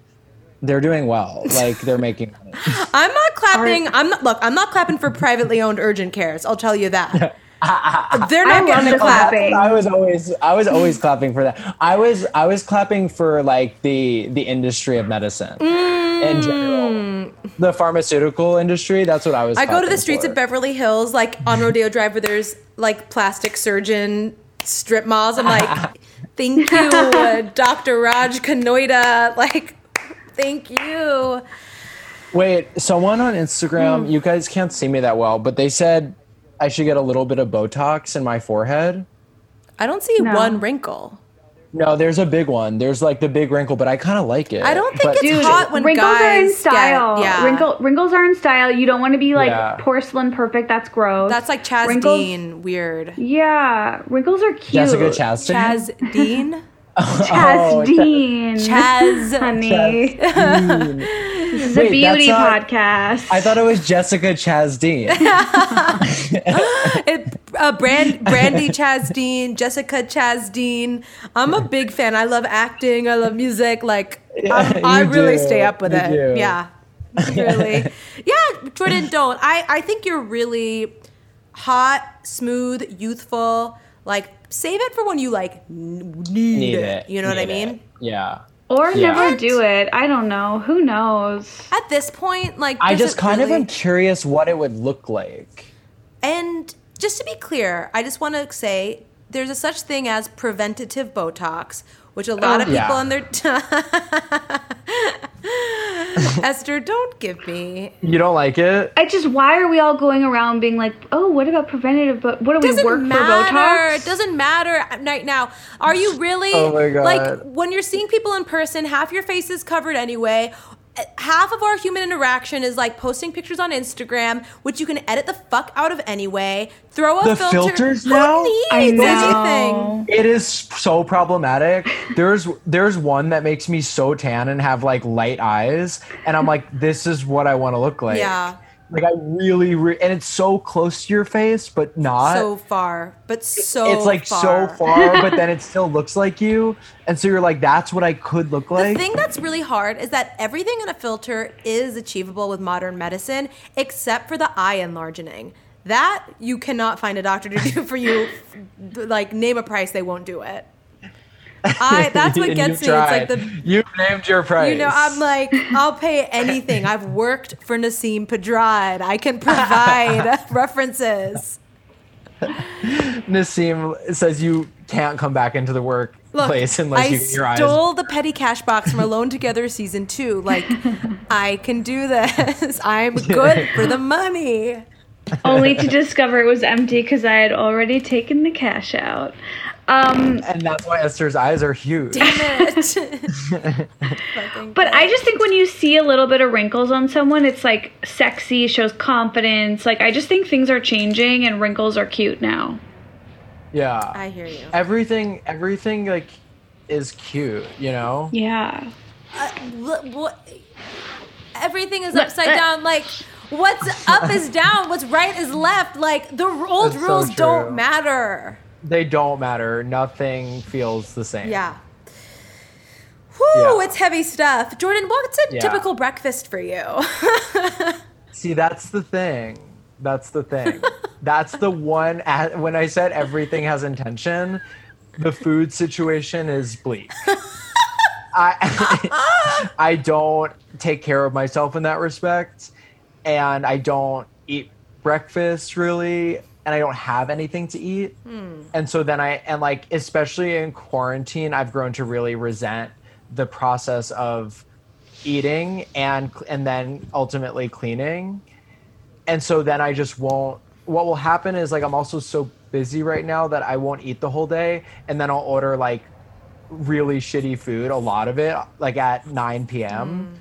they're doing well. Like they're making. money. I'm not clapping. I'm not look. I'm not clapping for privately owned urgent cares. I'll tell you that. They're I not love getting the the clap. clapping. I was always I was always clapping for that. I was I was clapping for like the the industry of medicine in general. The pharmaceutical industry, that's what I was Mm. I go to the clapping streets for. of Beverly Hills, like on Rodeo Drive, where there's like plastic surgeon strip malls. I'm like, thank you, uh, Dr. Raj Kanoida. Like, thank you. Wait, someone on Hmm. Instagram, you guys can't see me that well, but they said I should get a little bit of Botox in my forehead. I don't see No. one wrinkle. No, there's a big one. There's like the big wrinkle, but I kind of like it. I don't think But- it's Dude, hot when wrinkles guys are in get- style. yeah. Wrinkle, wrinkles are in style. You don't want to be like Yeah. porcelain perfect. That's gross. That's like Chaz Wrinkles- Dean. Weird. Yeah, wrinkles are cute. Jessica Chastain. Chaz Dean. Chaz Oh, Dean. Chaz. honey. this is a Wait, beauty that's podcast. I thought it was Jessica Chastain. It, uh, Brand, Brandy Chastain, Jessica Chastain. I'm a big fan. I love acting. I love music. Like I'm- I you really do. stay up with You it. do. Yeah, really. yeah, Jordan, don't. I I think you're really hot, smooth, youthful. Like save it for when you like n- need, Need it. it. You know what I Need mean? it. Yeah. or Yeah. never do it. I don't know. Who knows? At this point, like I does just it kind of really- am curious what it would look like. And just to be clear, I just want to say there's a such thing as preventative Botox, which a lot of people Oh, Yeah. on their Esther, don't give me. You don't like it? I just why are we all going around being like, oh, what about preventative? But what do we Doesn't work for matter. Botox? It doesn't matter right now. Are you really Oh my God. like when you're seeing people in person, half your face is covered anyway. Uh, Half of our human interaction is like posting pictures on Instagram, which you can edit the fuck out of anyway. Throw a The filter. filters Who now? needs I anything? It is so problematic. There's there's one that makes me so tan and have like light eyes, and I'm like, this is what I want to look like. Yeah. Like I really, re- and it's so close to your face, but not. so far, but so it's like so far, but then it still looks like you, and so you're like, that's what I could look The like. thing that's really hard is that everything in a filter is achievable with modern medicine, except for the eye enlargening. That you cannot find a doctor to do for you. like name a price, they won't do it. I that's what And gets me. you've It's like tried. the you've named your price. you know I'm like I'll pay anything. I've worked for Nassim Pedrad. I can provide references. Nassim says you can't come back into the workplace unless I you get your eyes. stole the petty cash box from Alone Together season two. Like, I can do this. I'm good for the money. Only to discover it was empty because I had already taken the cash out. Um, And that's why Esther's eyes are huge. But I just think when you see a little bit of wrinkles on someone, it's like sexy, shows confidence. Like I just think things are changing and wrinkles are cute now. Yeah. I hear you. everything everything like is cute, you know? Yeah. Uh, wh- wh- everything is Look, upside look. down. Like what's up is down, what's right is left. Like the r- old That's so rules don't true. matter. They don't matter. Nothing feels the same. Yeah. Whew, Yeah. it's heavy stuff. Jordan, what's a Yeah. typical breakfast for you? See, that's the thing. That's the thing. that's the one at, when I said everything has intention, the food situation is bleak. I I don't take care of myself in that respect and I don't eat breakfast really and I don't have anything to eat. And so then I and like especially in quarantine I've grown to really resent the process of eating and and then ultimately cleaning and so then i just won't what will happen is like i'm also so busy right now that i won't eat the whole day and then i'll order like really shitty food a lot of it like at 9 p.m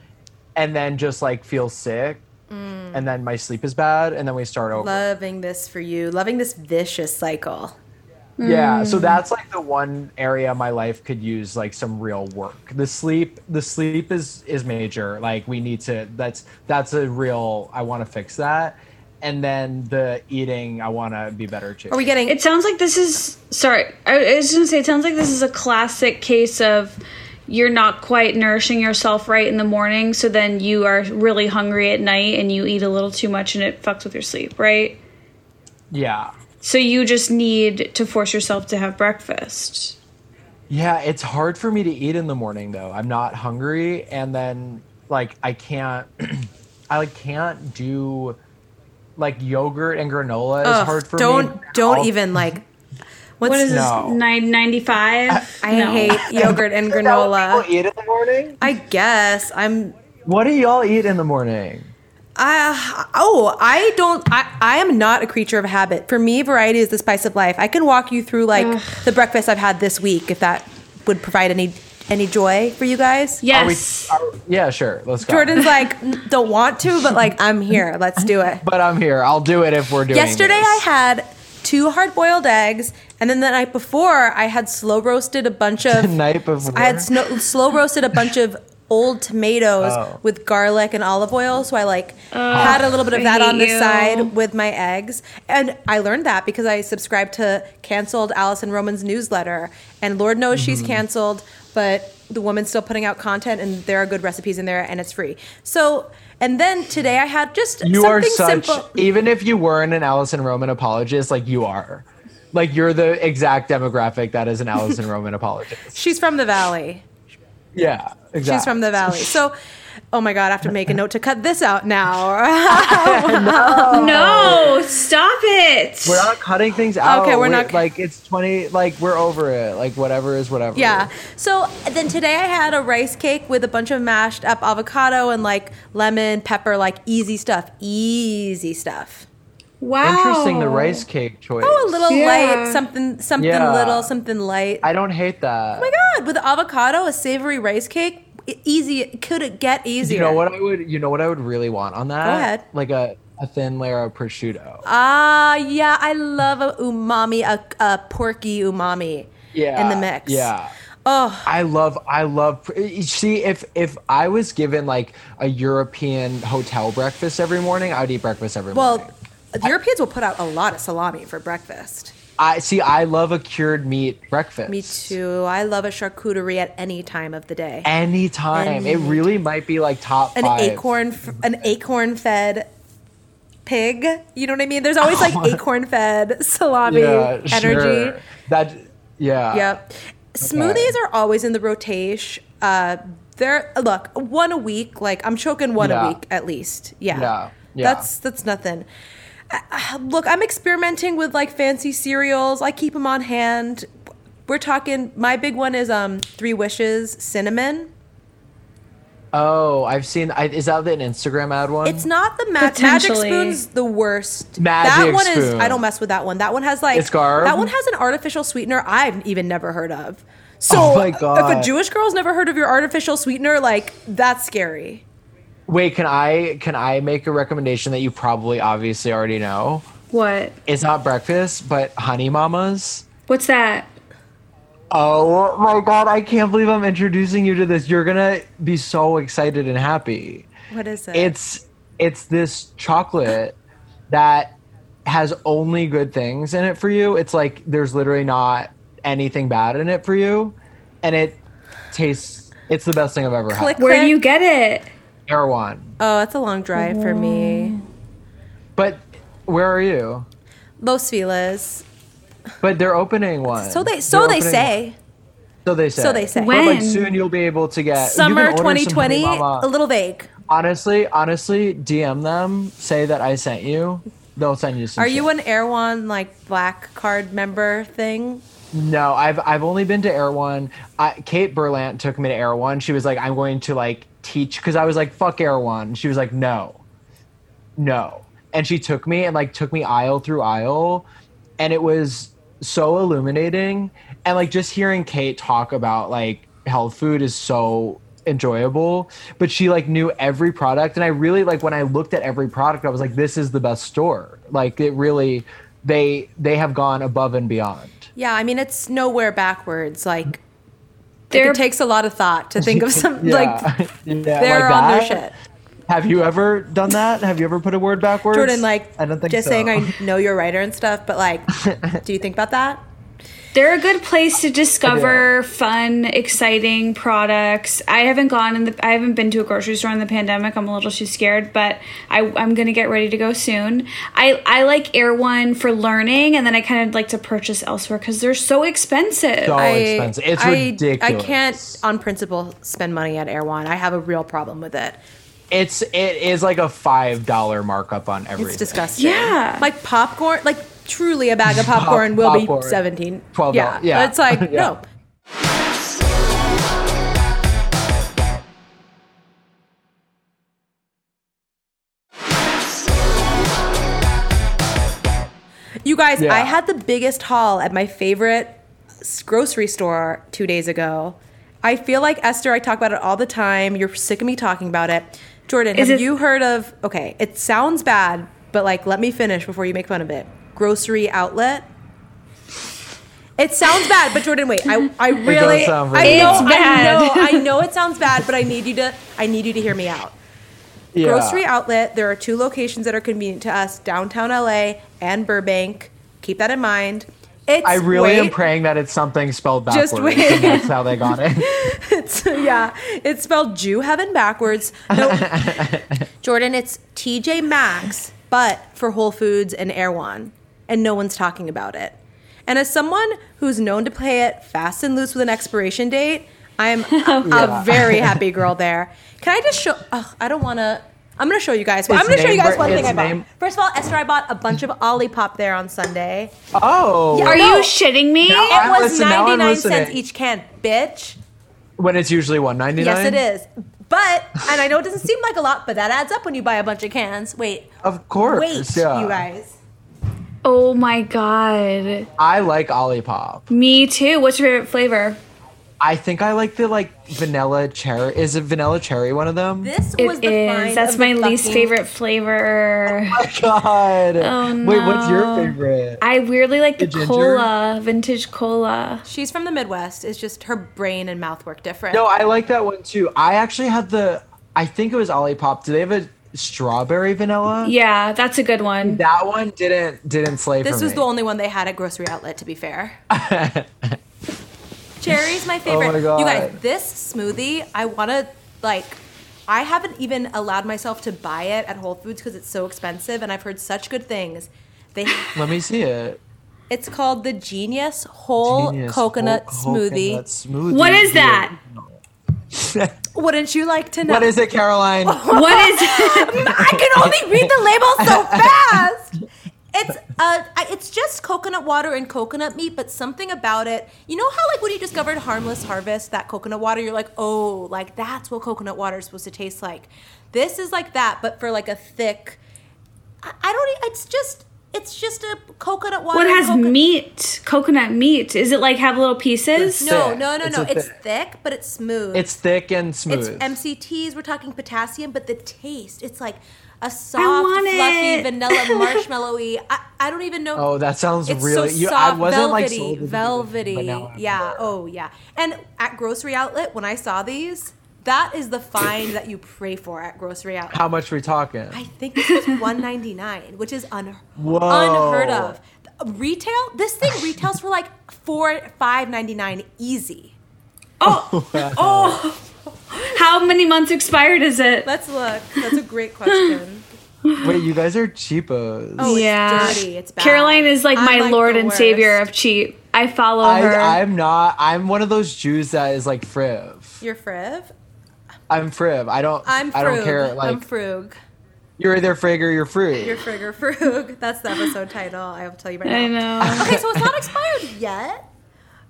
and then just like feel sick and then my sleep is bad and then we start over Loving this for you. Loving this vicious cycle. yeah Mm. so that's like the one area my life could use like some real work the sleep the sleep is is major like we need to that's that's a real i want to fix that and then the eating i want to be better too Are we getting It sounds like this is sorry. I I was gonna say it sounds like this is a classic case of you're not quite nourishing yourself right in the morning, so then you are really hungry at night and you eat a little too much and it fucks with your sleep, right? yeah So you just need to force yourself to have breakfast. yeah it's hard for me to eat in the morning though i'm not hungry and then like i can't i like can't do like yogurt and granola is Ugh, hard for don't me don't now. even like what's What is this? No. Nine ninety five? I hate yogurt and Is that what granola. people eat in the morning I guess I'm what do y'all eat in the morning I oh, I don't. I, I am not a creature of habit. For me, variety is the spice of life. I can walk you through like the breakfast I've had this week, if that would provide any any joy for you guys. Are we- Yes. are- yeah, sure. Let's go. Jordan's like "Mm, don't want to, but like I'm here. Let's do it. but I'm here. I'll do it if we're doing. Yesterday, this. I had two hard boiled eggs, and then the night before, I had slow roasted a bunch of. The night before? I had sno- slow roasted a bunch of old tomatoes Oh. with garlic and olive oil. So I like had a little bit Oh, of I that on the hate you. side with my eggs, and I learned that because I subscribed to canceled Allison Roman's newsletter, and Lord knows she's Mm-hmm. canceled, but the woman's still putting out content, and there are good recipes in there, and it's free. So. And then today I had just You something are such. simple. Even if you weren't an Allison Roman apologist, like you are, like you're the exact demographic that is an Allison Roman apologist. She's from the valley. Yeah, exactly. She's from the valley. So, oh my god, I have to make a note to cut this out now. Oh. no, stop it. We're not cutting things out. Okay, we're not- like it's twenty. Like we're over it. Like whatever is whatever. yeah. So then today I had a rice cake with a bunch of mashed up avocado and like lemon, pepper, like easy stuff, easy stuff. wow. Interesting. The rice cake choice. Oh, a little Yeah. light, something, something Yeah. little, something light. I don't hate that. oh my god, with avocado, a savory rice cake, e- easy. Could it get easier? You know what I would? You know what I would really want on that? ahead. Like a, a thin layer of prosciutto. Ah, yeah, I love a umami, a, a porky umami. yeah. in the mix. Yeah. Oh, I love I love eh, see if if I was given like a European hotel breakfast every morning, I'd eat breakfast every Well, morning. the Europeans will put out a lot of salami for breakfast. I see I love a cured meat breakfast. Me too. I love a charcuterie at any time of the day. Anytime. It really might be like top An five. acorn, f- an acorn-fed pig. You know what I mean? There's always like acorn-fed salami yeah, energy. Sure. That yeah. Yep. Smoothies are always in the rotation. Uh, they're look one a week. Like I'm choking one Yeah. a week at least. Yeah. Yeah, yeah. That's that's nothing. Uh, uh, look, I'm experimenting with like fancy cereals. I keep them on hand. We're talking. My big one is um three wishes cinnamon. Oh, I've seen. I, is that an Instagram ad one? It's not the ma- magic Potentially. spoon's the worst. that Magic one is Spoon. I don't mess with that one. That one has like It's garb? that one has an artificial sweetener I've even never heard of. So Oh my if a God. Jewish girl's never heard of your artificial sweetener, like that's scary. Wait, can I can I make a recommendation that you probably obviously already know? What? It's not breakfast, but Honey Mamas. What's that? Oh my god, I can't believe I'm introducing you to this. You're gonna be so excited and happy. What is it? It's it's this chocolate that has only good things in it for you. It's like there's literally not anything bad in it for you, and it tastes. It's the best thing I've ever click. had. Where do click. you get it? Erewhon. Oh, that's a long drive for Oh. me. But where are you? Los Feliz. But they're opening one. So they so Uh, They're they opening- say So they say. So they say. But When? like soon you'll be able to get you summer can order some Honey 2020. Mama. A little vague. honestly, honestly, DM them. Say that I sent you. They'll send you some. Are you shit. an Erewhon like black card member thing? No, I've I've only been to Air One. I, Kate Berlant took me to Air One. She was like, I'm going to like teach because I was like, fuck Air One. She was like, no, no, and she took me and like took me aisle through aisle, and it was so illuminating. And like just hearing Kate talk about like health food is so enjoyable. But she like knew every product, and I really like when I looked at every product, I was like, this is the best store. Like it really, they they have gone above and beyond. Yeah, I mean it's nowhere backwards. Like There it takes a lot of thought to think of some like yeah, they're like on their that. shit. Have you ever done that? Have you ever put a word backwards? Jordan, like, I don't think just so. saying I know you're a writer and stuff, but like, do you think about that? They're a good place to discover fun, exciting products. I haven't gone in the I haven't been to a grocery store in the pandemic. I'm a little too scared, but I, I'm gonna get ready to go soon. I, I like Air One for learning, and then I kind of like to purchase elsewhere because they're so expensive. so I, expensive. It's I, ridiculous. I can't, on principle, spend money at Erewhon. I have a real problem with it. It's it is like a five dollar markup on everything. It's disgusting. Yeah. like popcorn. Like truly, a bag of popcorn will popcorn. be seventeen. $12, Yeah, yeah. It's like Yeah. no. You guys, Yeah. I had the biggest haul at my favorite s- grocery store two days ago. I feel like Esther, I talk about it all the time. You're sick of me talking about it. Jordan, Is have it- you heard of okay, it sounds bad, but like let me finish before you make fun of it. Grocery outlet. It sounds bad, but Jordan, wait. I, I really sound I very know, bad. It's bad. I know I know it sounds bad, but I need you to I need you to hear me out Yeah. grocery outlet. There are two locations that are convenient to us: downtown LA and Burbank. Keep that in mind. It's I really wait, am praying that it's something spelled backwards. Just wait. and that's how they got it. It's, yeah, it's spelled Jew heaven backwards. No, Jordan, it's TJ Maxx, but for Whole Foods and Erewhon, and no one's talking about it. And as someone who's known to play it fast and loose with an expiration date, I'm a, a very happy girl there. Can I just show? Ugh, I don't want to. I'm gonna show you guys. I'm It's gonna show you name- guys one it's thing I bought. name- First of all, Esther, I bought a bunch of Olipop there on Sunday. Oh, Yeah, Are No. you shitting me? It I'm was listening, now I'm 99 cents listening. each can, bitch. when it's usually one ninety nine. Yes, it is. But and I know it doesn't seem like a lot, but that adds up when you buy a bunch of cans. Wait, Of course, wait, yeah. you guys. Oh my god. I like Olipop. Me too. What's your favorite flavor? I think I like the like vanilla cherry. Is it vanilla cherry? One of them. This It was the is. find That's of the my least fucking- favorite flavor. God. Oh, Wait, what's your favorite? I weirdly like the, ginger? cola, vintage cola. She's from the Midwest. It's just her brain and mouth work different. No, I like that one too. I actually had the. I think it was Olipop. Do they have a strawberry vanilla? Yeah, that's a good one. That one didn't didn't slay for this was me. the only one they had at grocery outlet. To be fair, cherry's my favorite. Oh God. You guys, this smoothie, I want to like. I haven't even allowed myself to buy it at Whole Foods because it's so expensive, and I've heard such good things. They Let me see it. It's called the Genius Whole Genius Coconut whole Smoothie. coconut smoothie. What is that? Wouldn't you like to know? What is it, Caroline? What is I can only read the label so fast. It's uh, I- it's just coconut water and coconut meat, but something about it. You know how like when you discovered Harmless Harvest, that coconut water, you're like, oh, like that's what coconut water is supposed to taste like. This is like that, but for like a thick. I, I don't. e- It's just it's just a coconut water. What and has coco- meat? Coconut meat? Is it like have little pieces? It's No, thick. no, no, It's no. a It's thick- thick, but it's smooth. It's thick and smooth. It's MCTs. We're talking potassium, but the taste. It's like a soft, want fluffy, it. vanilla, marshmallowy. I, I don't even know. Oh, that sounds it's really. so you, soft, I wasn't like velvety, sold into it, velvety. but now I'm yeah. Oh, yeah. And at grocery outlet, when I saw these, that is the find that you pray for at grocery outlet. How much we talking? I think this was one ninety nine, which is un- Whoa. unheard of. Retail? This thing retails for like four five ninety nine easy. How many months expired is it? Let's look. That's a great question. Wait, you guys are cheapos. Oh, yeah. it's dirty. It's bad. Caroline is like I'm, my lord the and savior worst. of cheap. I follow her. I, I'm not. I'm one of those Jews that is like friv. You're Friv. I'm friv. I don't. I'm Frug. I don't care. I'm Like Frug. you're either frig or you're frug. You're Frigger Frug. That's the episode title. I'll tell you right I now. know. Okay, so it's not expired yet,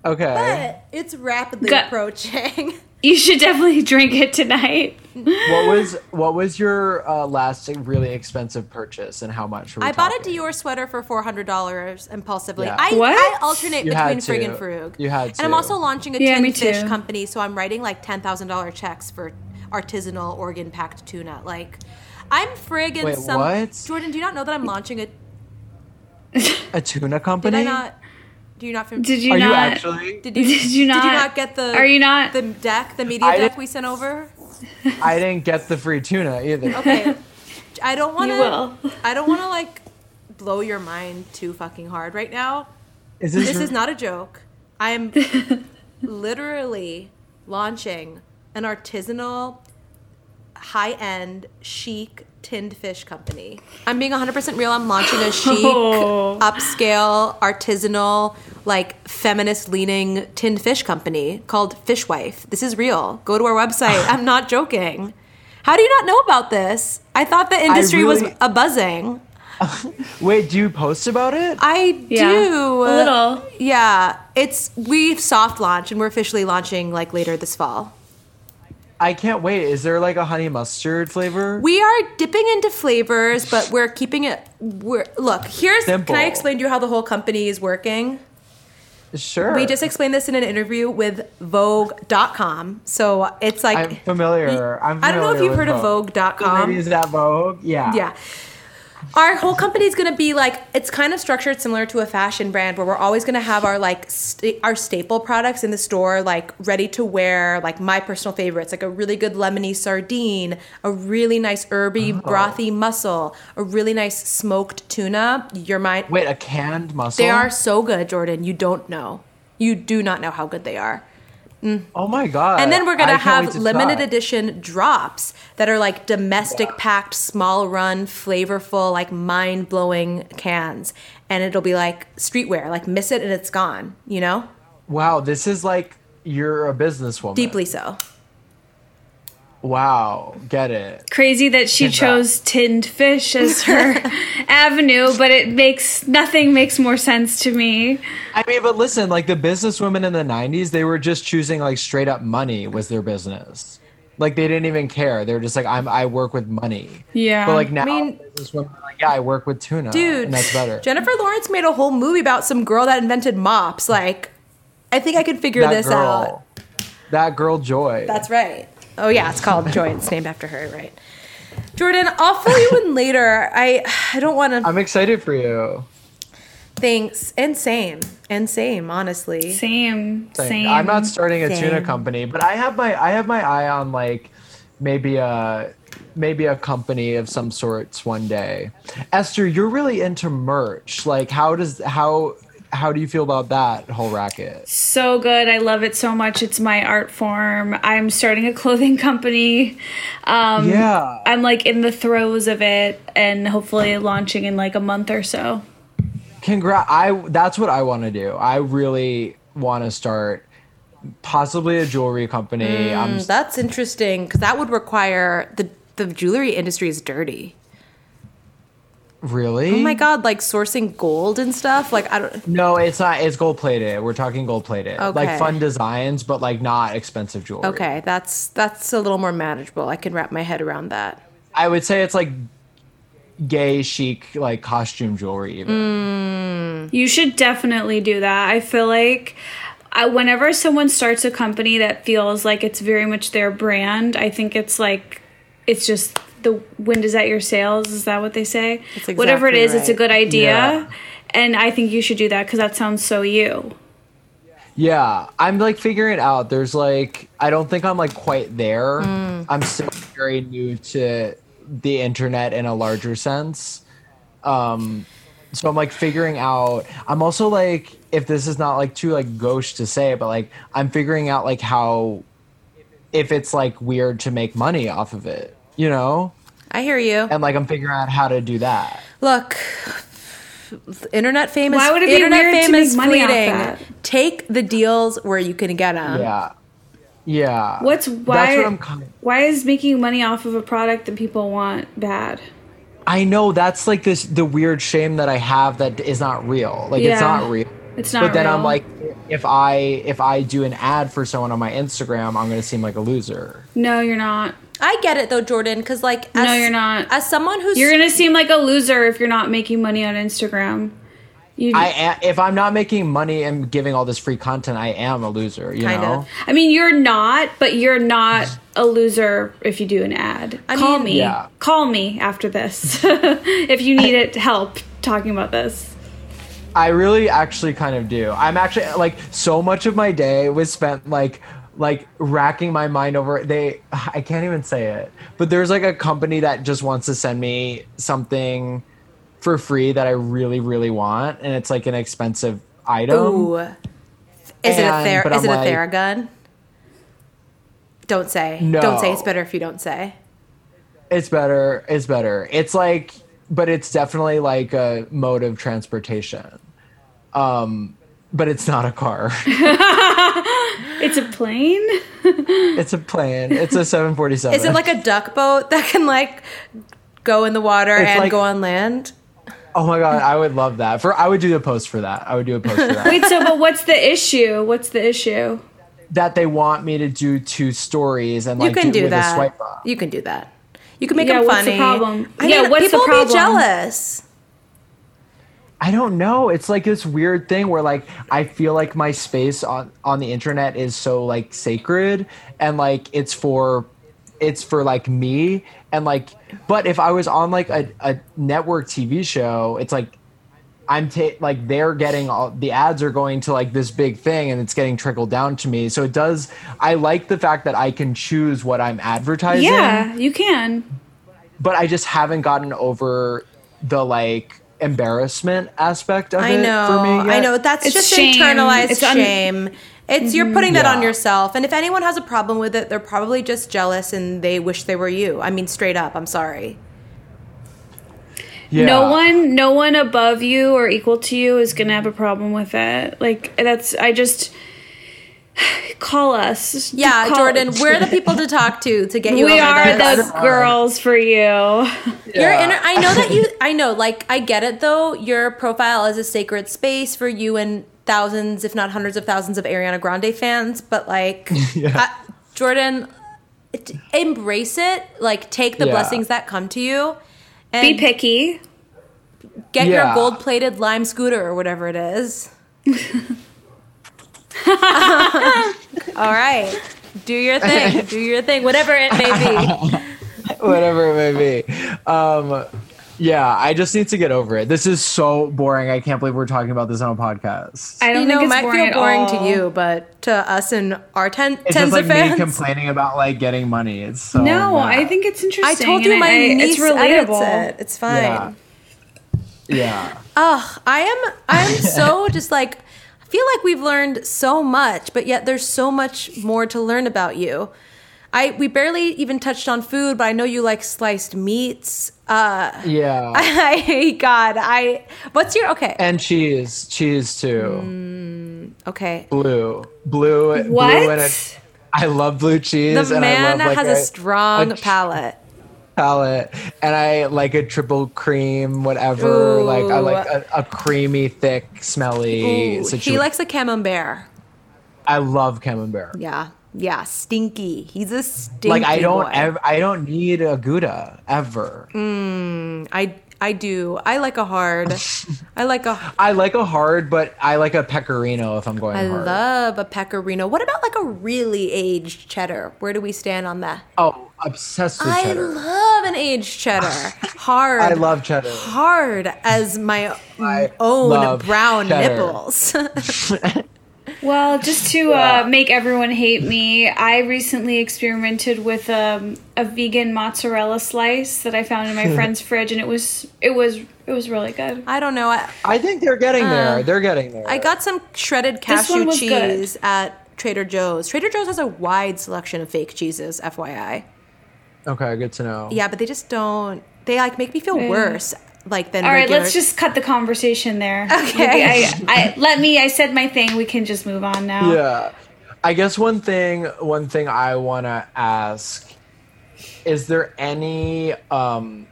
okay. but it's rapidly Got- approaching. you should definitely drink it tonight. What was what was your uh, last really expensive purchase and how much? Were we I bought a talking? Dior sweater for four hundred dollars impulsively. Yeah. I, What? I alternate You between had Frig and to. Frug. You had And I'm to. also launching a Yeah, me tin fish too. company, so I'm writing like ten thousand dollar checks for artisanal organ packed tuna. Like, I'm Frig and Wait, some. what? Jordan, do you not know that I'm launching a? Did a tuna company. I not? Do you not? Fam- Did you Are not? you actually? Did you, did you not? Did you not get the? Are you not? the deck, the media I deck didn't- we sent over? I didn't get the free tuna either. Okay, I don't want You will. to. I don't want to like blow your mind too fucking hard right now. Is this, This re- is not a joke. I'm literally launching an artisanal, high end, chic tinned fish company. I'm being 100% real. I'm launching a chic, Oh. upscale, artisanal, like feminist leaning tinned fish company called Fishwife. This is real. Go to our website. I'm not joking. How do you not know about this? I thought the industry was really- a buzzing. Wait, do you post about it? I Yeah, do. a little. Yeah. It's we've soft launched and we're officially launching like later this fall. I can't wait. Is there like a honey mustard flavor? We are dipping into flavors, but we're keeping it we're look, here's can I Simple. explain to you how the whole company is working? sure. We just explained this in an interview with Vogue.com. So it's like I'm familiar. I'm I don't know if familiar you've with heard of Vogue. Vogue.com. Ladies that Vogue. Yeah. Yeah. Our whole company's going to be like it's kind of structured similar to a fashion brand where we're always going to have our like sta- our staple products in the store like ready to wear like my personal favorites like a really good lemony sardine, a really nice herby brothy mussel, a really nice smoked tuna. Your mind Wait, a canned mussel. They are so good, Jordan. You don't know. You do not know how good they are. Oh my god. And then we're I gonna can't have wait to limited try. edition drops that are like domestic packed, small run, flavorful, like mind blowing cans. And it'll be like streetwear, like miss it and it's gone, you know? Wow, this is like you're a businesswoman. Deeply so. Wow, get it. Crazy that she that. chose tinned fish as her avenue, but it makes nothing makes more sense to me. I mean, but listen, like the businesswomen in the '90s, they were just choosing like straight up money was their business. Like they didn't even care. They were just like, I'm I work with money. Yeah. But like now, mean- businesswomen are like, yeah, I work with tuna. Dude, and that's better. Jennifer Lawrence made a whole movie about some girl that invented mops. Like, I think I could figure that this girl, out. that girl Joy. That's right. Oh yeah, it's called Joy. It's named after her, right? Jordan, I'll fill you in later. I I don't want to. I'm excited for you. Thanks. And same. And same. Honestly. Same, thing. same. I'm not starting a tuna Same. company, but I have my I have my eye on like maybe a maybe a company of some sorts one day. Esther, you're really into merch. Like how does how how do you feel about that whole racket? so good. I love it so much. It's my art form. I'm starting a clothing company. Um, Yeah. I'm like in the throes of it, and hopefully launching in like a month or so. Congrat I that's what I want to do. I really want to start possibly a jewelry company. I'm That's interesting because that would require the the jewelry industry is dirty. Really? Oh my god, like sourcing gold and stuff. Like I don't. No, it's not. It's gold plated. We're talking gold plated. Okay. Like fun designs, but like not expensive jewelry. Okay, that's that's a little more manageable. I can wrap my head around that. I would say it's like gay chic like costume jewelry even. You should definitely do that. I feel like I, whenever someone starts a company that feels like it's very much their brand, I think it's like it's just the wind is at your sails. Is that what they say? That's Whatever it exactly is, it's a right. good idea. Yeah. And I think you should do that because that sounds so you. Yeah, I'm like figuring it out. There's like I don't think I'm like quite there. I'm still very new to the internet in a larger sense. Um so I'm like figuring out I'm also like if this is not like too like gauche to say, but like I'm figuring out like how if it's like weird to make money off of it, you know? I hear you. And like I'm figuring out how to do that. Look, internet fame is Why would it be internet weird to fame make is money off fleeting. that? Take the deals where you can get them. Yeah. Yeah. What's That's why? what I'm kind why is making money off of a product that people want bad? I know that's like this the weird shame that I have that is not real. Like it's Yeah. not real. It's not. But then I'm real. like if I if I do an ad for someone on my Instagram, I'm going to seem like a loser. no, you're not. I get it though, Jordan, because like as, No, you're not. As someone who's You're gonna seem like a loser if you're not making money on Instagram. You, I a- if I'm not making money and giving all this free content, I am a loser, you Kind know. of. I mean, you're not, but you're not a loser if you do an ad. Call mean- me. Yeah. Call me after this if you need it help talking about this. I really actually kind of do. I'm actually like so much of my day was spent like like racking my mind over they I can't even say it. But there's like a company that just wants to send me something for free that I really really want and it's like an expensive item. Ooh. Is it a Um, and- Thera? but Is it I'm a like- Theragun? Don't say. No. Don't say. It's better if you don't say. It's better. It's better. It's like but it's definitely like a mode of transportation. Um but it's not a car. It's a plane. it's a plane. It's a 747. Is it like a duck boat that can like go in the water It's and like- go on land? Oh my god, I would love that. For I would do the post for that. I would do a post for that. Wait, so but what's the issue? What's the issue? that they want me to do two stories and You like can do with a that. swipe up. You can do that. You can make Yeah, them what's the funny. problem? I Yeah, mean, what's the people will be problem? jealous. I don't know. It's like this weird thing where like I feel like my space on on the internet is so like sacred and like it's for it's for like me and like but if I was on like a, a network TV show, it's like I'm ta- like they're getting all the ads are going to like this big thing and it's getting trickled down to me. So it does I like the fact that I can choose what I'm advertising Yeah, you can. but I just haven't gotten over the like embarrassment aspect of I it know. for me. I yet. know. That's It's just shame. internalized It's un- Mm-hmm. shame. It's you're putting that on Yeah. yourself. And if anyone has a problem with it, they're probably just jealous and they wish they were you. I mean, straight up. I'm sorry. Yeah. No one, no one above you or equal to you is gonna have a problem with it. Like that's, I just call us. Just Yeah, call- Jordan, we're the people to talk to to get you. We over are this. the girls for you. Your Yeah. inner, I know that you. I know, like, I get it though. Your profile is a sacred space for you and thousands, if not hundreds of thousands, of Ariana Grande fans. But like, I- Jordan, t- embrace it. Like, take the Yeah. blessings that come to you, Be and picky. get your Yeah. gold-plated lime scooter or whatever it is. All right, do your thing. Do your thing, whatever it may be. whatever it may be. Um, yeah, I just need to get over it. This is so boring. I can't believe we're talking about this on a podcast. I don't you know, think it might it's boring feel at boring all. to you, but to us and our ten, it's tens just like of fans. me complaining about like getting money. It's so No, bad. I think it's I interesting. told you and my I- I- niece it's relatable. edits it. It's fine. yeah. Yeah. Ugh, I am. I am so just like. I feel like we've learned so much, but yet there's so much more to learn about you. I we barely even touched on food, but I know you like sliced meats. Uh, Yeah. I God, I. What's your okay? and cheese. Cheese too. Mm. okay, Blue. Blue. Blue and What? I love blue cheese. the and I man love, like, has a a strong a ch- palate. palette, and I like a triple cream, whatever. Ooh. Like I like a, a creamy, thick, smelly Ooh, he situation. likes a camembert. I love camembert. Yeah. Yeah. Stinky. He's a stinky. like I don't boy. Mm. ever, I don't need a gouda ever. I I do. I like a hard. I like a. I like a hard, but I like a pecorino if I'm going I hard. love a pecorino. What about like a really aged cheddar? Where do we stand on that? oh, obsessed with I cheddar. love an aged cheddar. Hard. I love cheddar. hard as my I own love brown cheddar. nipples. Well, just to uh, make everyone hate me, I recently experimented with um, a vegan mozzarella slice that I found in my friend's fridge, and it was it was it was really good. I don't know. I, I think they're getting there. They're getting there. Uh, I got some shredded one cashew was good. cheese at Trader Joe's. Trader Joe's has a wide selection of fake cheeses, FYI. okay. Good to know. Yeah, but they just don't. They like make me feel worse. Like than All right, regular. let's just cut the conversation there. Okay. I, I, let me. I said my thing. We can just move on now. Yeah. I guess one thing one thing I wanna ask is there any um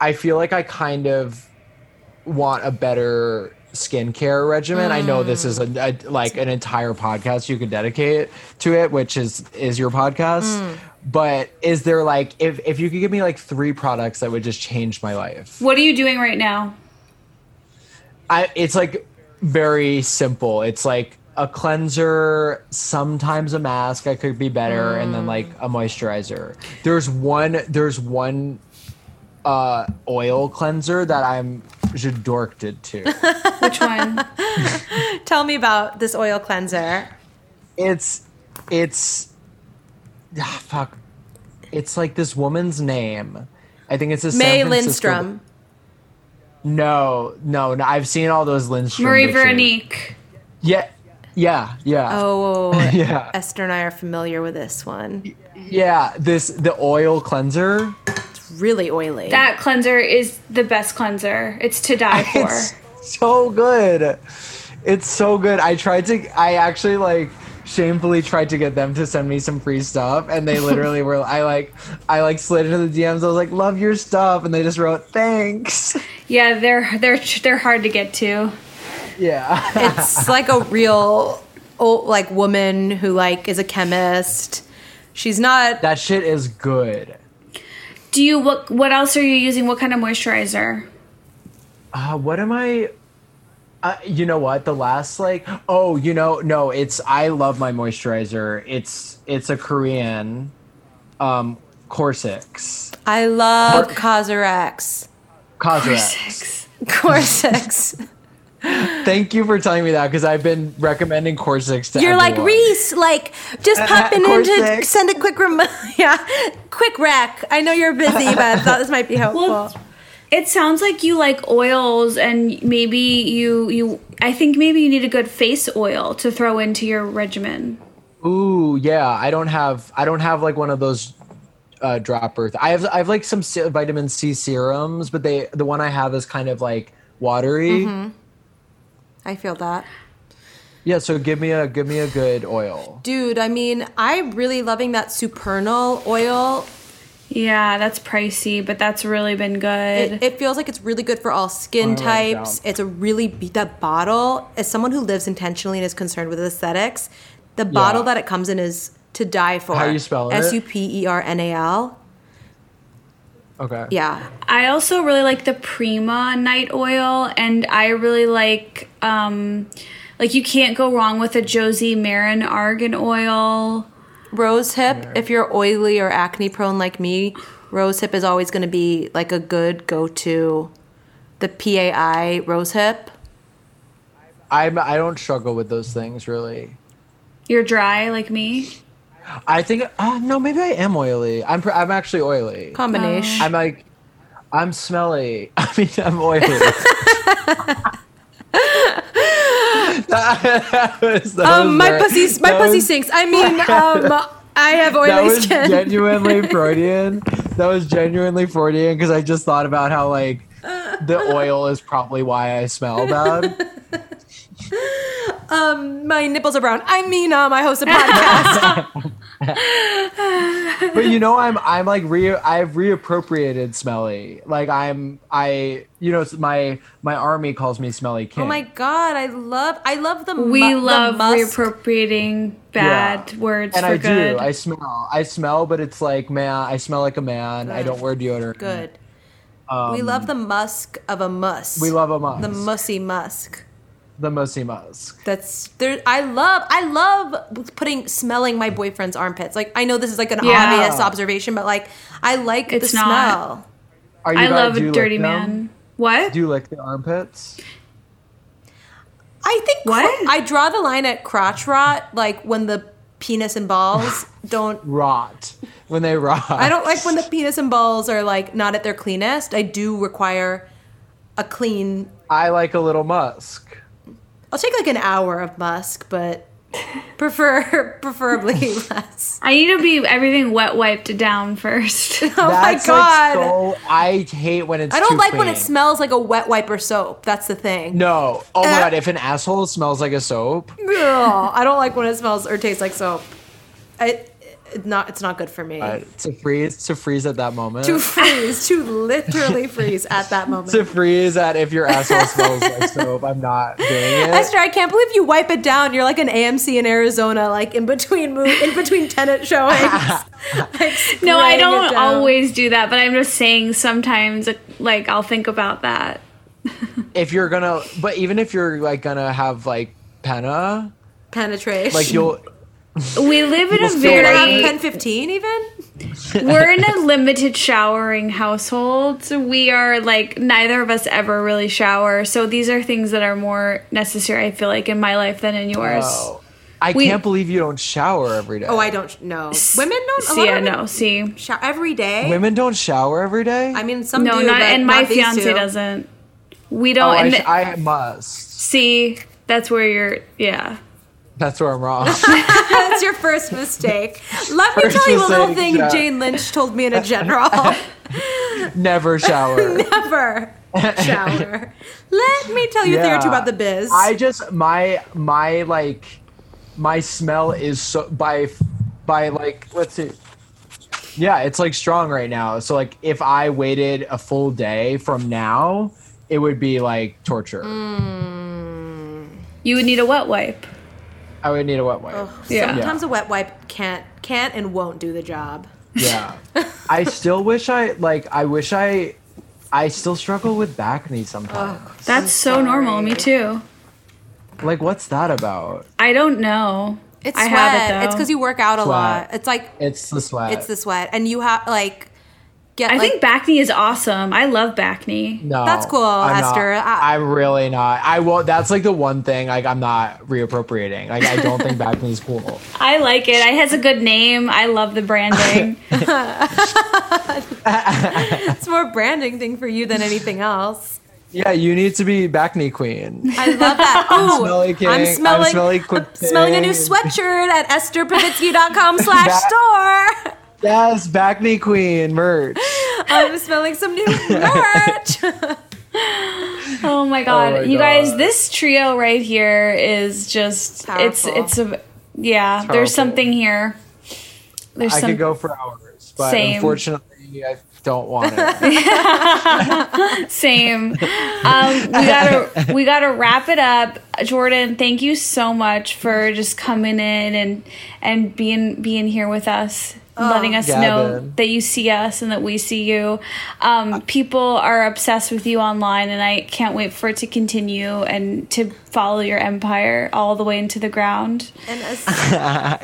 I feel like I kind of want a better skincare regimen. I know this is a, a- like an entire podcast you could dedicate to it, which is is your podcast. But is there like if if you could give me like three products that would just change my life? What are you doing right now? I it's like very simple. It's like a cleanser, sometimes a mask. I could be better, and Mm. then like a moisturizer. There's one. There's one uh oil cleanser that I'm dorked to. Which one? Tell me about this oil cleanser. it's it's ah, fuck. It's like this woman's name. I think it's a San May Francisco- Lindstrom. No, no, no. I've seen all those Lindstrom. Marie pictures. Veronique. Yeah, yeah, yeah. Oh, yeah. Esther and I are familiar with this one. Yeah, this the oil cleanser. It's really oily. That cleanser is the best cleanser. It's to die for. It's so good. It's so good. I tried to I actually like shamefully tried to get them to send me some free stuff and they literally were I like I like slid into the DMs. I was like, "Love your stuff." And they just wrote, "Thanks." Yeah, they're they're they're hard to get to. Yeah. it's like a real old like woman who like is a chemist. She's not that shit is good. Do you what what else are you using? What kind of moisturizer? Uh, what am I uh, you know what? The last like oh, you know, no, it's I love my moisturizer. It's it's a Korean um Corsix. I love Cosrx. Cosrx. Corsex. Thank you for telling me that because I've been recommending Corsix to You're like everyone. Reese, like just popping in to Corsex. send a quick rem- yeah, quick rack. I know you're busy, but I thought this might be helpful. Well, It sounds like you like oils and maybe you you I think maybe you need a good face oil to throw into your regimen. Ooh, yeah. I don't have I don't have like one of those uh, dropper. Th- I have I have like some se- vitamin C serums, but they the one I have is kind of like watery. Mm-hmm. I feel that. Yeah. So give me a give me a good oil. Dude, I mean, I'm really loving that supernal oil. Yeah, that's pricey, but that's really been good. It, it feels like it's really good for all Oh, skin types. It's a really be- that bottle. As someone who lives intentionally and is concerned with aesthetics, the bottle that it comes in is to die for. How you spell it? S U P E R N A L. Okay. Yeah, I also really like the Prima night oil, and I really like um, like you can't go wrong with a Josie Marin argan oil. rose hip. If you're oily or acne prone like me, rose hip is always going to be like a good go-to. The PAI rose hip. I'm I don't struggle with those things really. You're dry like me. I think uh, no, maybe I am oily. I'm pr- I'm actually oily. Combination. I'm like I'm smelly. I mean, I'm oily. that, was- that Um, was my very- pussy, my that pussy was- sinks. I mean, um, I have That oily was skin. genuinely Freudian. That was genuinely Freudian because I just thought about how like the oil is probably why I smell bad. my nipples are brown. I mean, um, I host a podcast. but you know i'm i'm like re i've reappropriated smelly like i'm i you know it's my my army calls me smelly king Oh my god, I love I love the We mu- the love musk. reappropriating bad words and for i good. do i smell i smell but it's like man i smell like a man i Good. don't wear deodorant Good. we love the musk of a musk. Um, we love a musk the mussy musk. the mussy musk That's there. I love. I love putting smelling my boyfriend's armpits. Like I know this is like an Yeah. obvious observation, but like I like It's the not. smell. are you I guys- love do you a lick dirty them? man. What? do you lick the armpits I think cro- What? I draw the line at crotch rot, like when the penis and balls don't. rot when they rot I don't like when the penis and balls are like not at their cleanest. I do require a clean. i like a little musk I'll take like an hour of musk, but prefer preferably less. I need to be everything wet wiped down first. Oh my That's god. Like so, I hate when it's. I don't too like when clean. it smells like a wet wiper soap. That's the thing. No. Oh eh? my god! If an asshole smells like a soap, Mm. Ugh, I don't like when it smells or tastes like soap. It, it not it's not good for me. uh, to freeze, to freeze at that moment, To to, freeze, to literally freeze at that moment. freeze at if your asshole smells like soap, I'm not doing it. Esther, I can't believe you wipe it down. You're like an AMC in Arizona, like in between mo- in between tenant showings. Like no, I spraying it don't down. always do that, but I'm just saying sometimes, like, I'll think about that. If you're gonna, but even if you're like gonna have like penna, penetrate. like you'll. We live in a still You're gonna have very pen fifteen even. we're in a limited showering household. So We are like neither of us ever really shower, so these are things that are more necessary. I feel like in my life than in yours. Oh, I We- can't believe you don't shower every day. Oh, I don't know. Women don't. A See, lot yeah, of no, women see, shower every day. Women don't shower every day. I mean, some no, do, not but and my not these fiance two. doesn't. We oh, don't. I, and sh- I must. see, that's where you're. Yeah. That's where I'm wrong. That's your first mistake. Let me First tell you a little mistake, thing yeah. Jane Lynch told me in a general. Never shower. Never shower. Let me tell you a thing or two Yeah. about the biz. I just my my like my smell is so by by like let's see. Yeah, it's like strong right now. So like if I waited a full day from now, it would be like torture. Mm. You would need a wet wipe. I would need a wet wipe. Yeah. Sometimes a wet wipe can't can't and won't do the job. Yeah. I still wish I like I wish I I still struggle with back knee sometimes. Oh, That's so normal. Me too. Like what's that about? I don't know. It's I sweat. have it though. It's because you work out a Sweat. lot. It's like It's the sweat. it's the sweat, and you have like get. I like, think back knee is awesome. I love back knee. No, That's cool, I'm not- Esther. I- I'm really not. I will. That's like the one thing like I'm not reappropriating. Like I don't think back knee's cool. I like it. It has a good name. I love the branding. it's more branding thing for you than anything else. Yeah, you need to be back knee queen. I love that. Ooh, Smelly King. I'm I'm smelling. Smelly Quick I'm smelling a new King. sweatshirt at estherpavitsky.com slash store. Yes, back knee queen merch. I'm smelling some new merch. oh my god. my you guys, God. this trio right here is just Powerful. it's it's a yeah, there's powerful. something here. There's I some could go for hours, but Same. unfortunately, I don't want it. same. Um, we gotta we gotta wrap it up. Jordan, thank you so much for just coming in and and being being here with us. Letting us know Gavin. that you see us and that we see you. Um, people are obsessed with you online, and I can't wait for it to continue and to follow your empire all the way into the ground. and as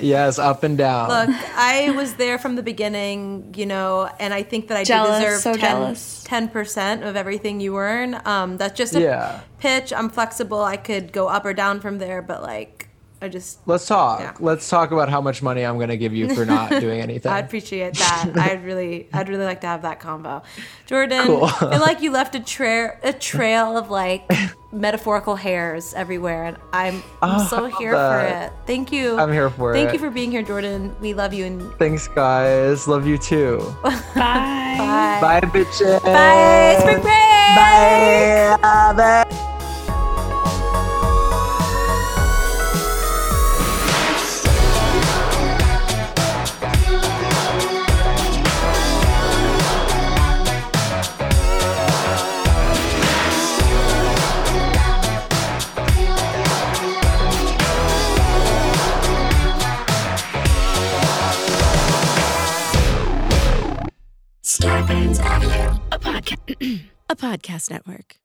yes, up and down. Look, I was there from the beginning, you know, and I think that I Jealous, do deserve so 10, jealous. 10% of everything you earn. Um, that's just a Yeah. pitch. I'm flexible. I could go up or down from there, but like, I just, Let's talk. Yeah. Let's talk about how much money I'm going to give you for not doing anything. I appreciate that. I'd really, I'd really like to have that combo. Jordan, I feel like you left a, tra- a trail of like metaphorical hairs everywhere, and I'm, I'm so here Ah, that. for it. Thank you. I'm here for Thank it. you for being here, Jordan. We love you and Thanks, guys. Love you too. Bye. bye. Bye, bitches. Bye. Spring break. Bye. Bye. Thank you. Scarpins Avenue. a podcast network.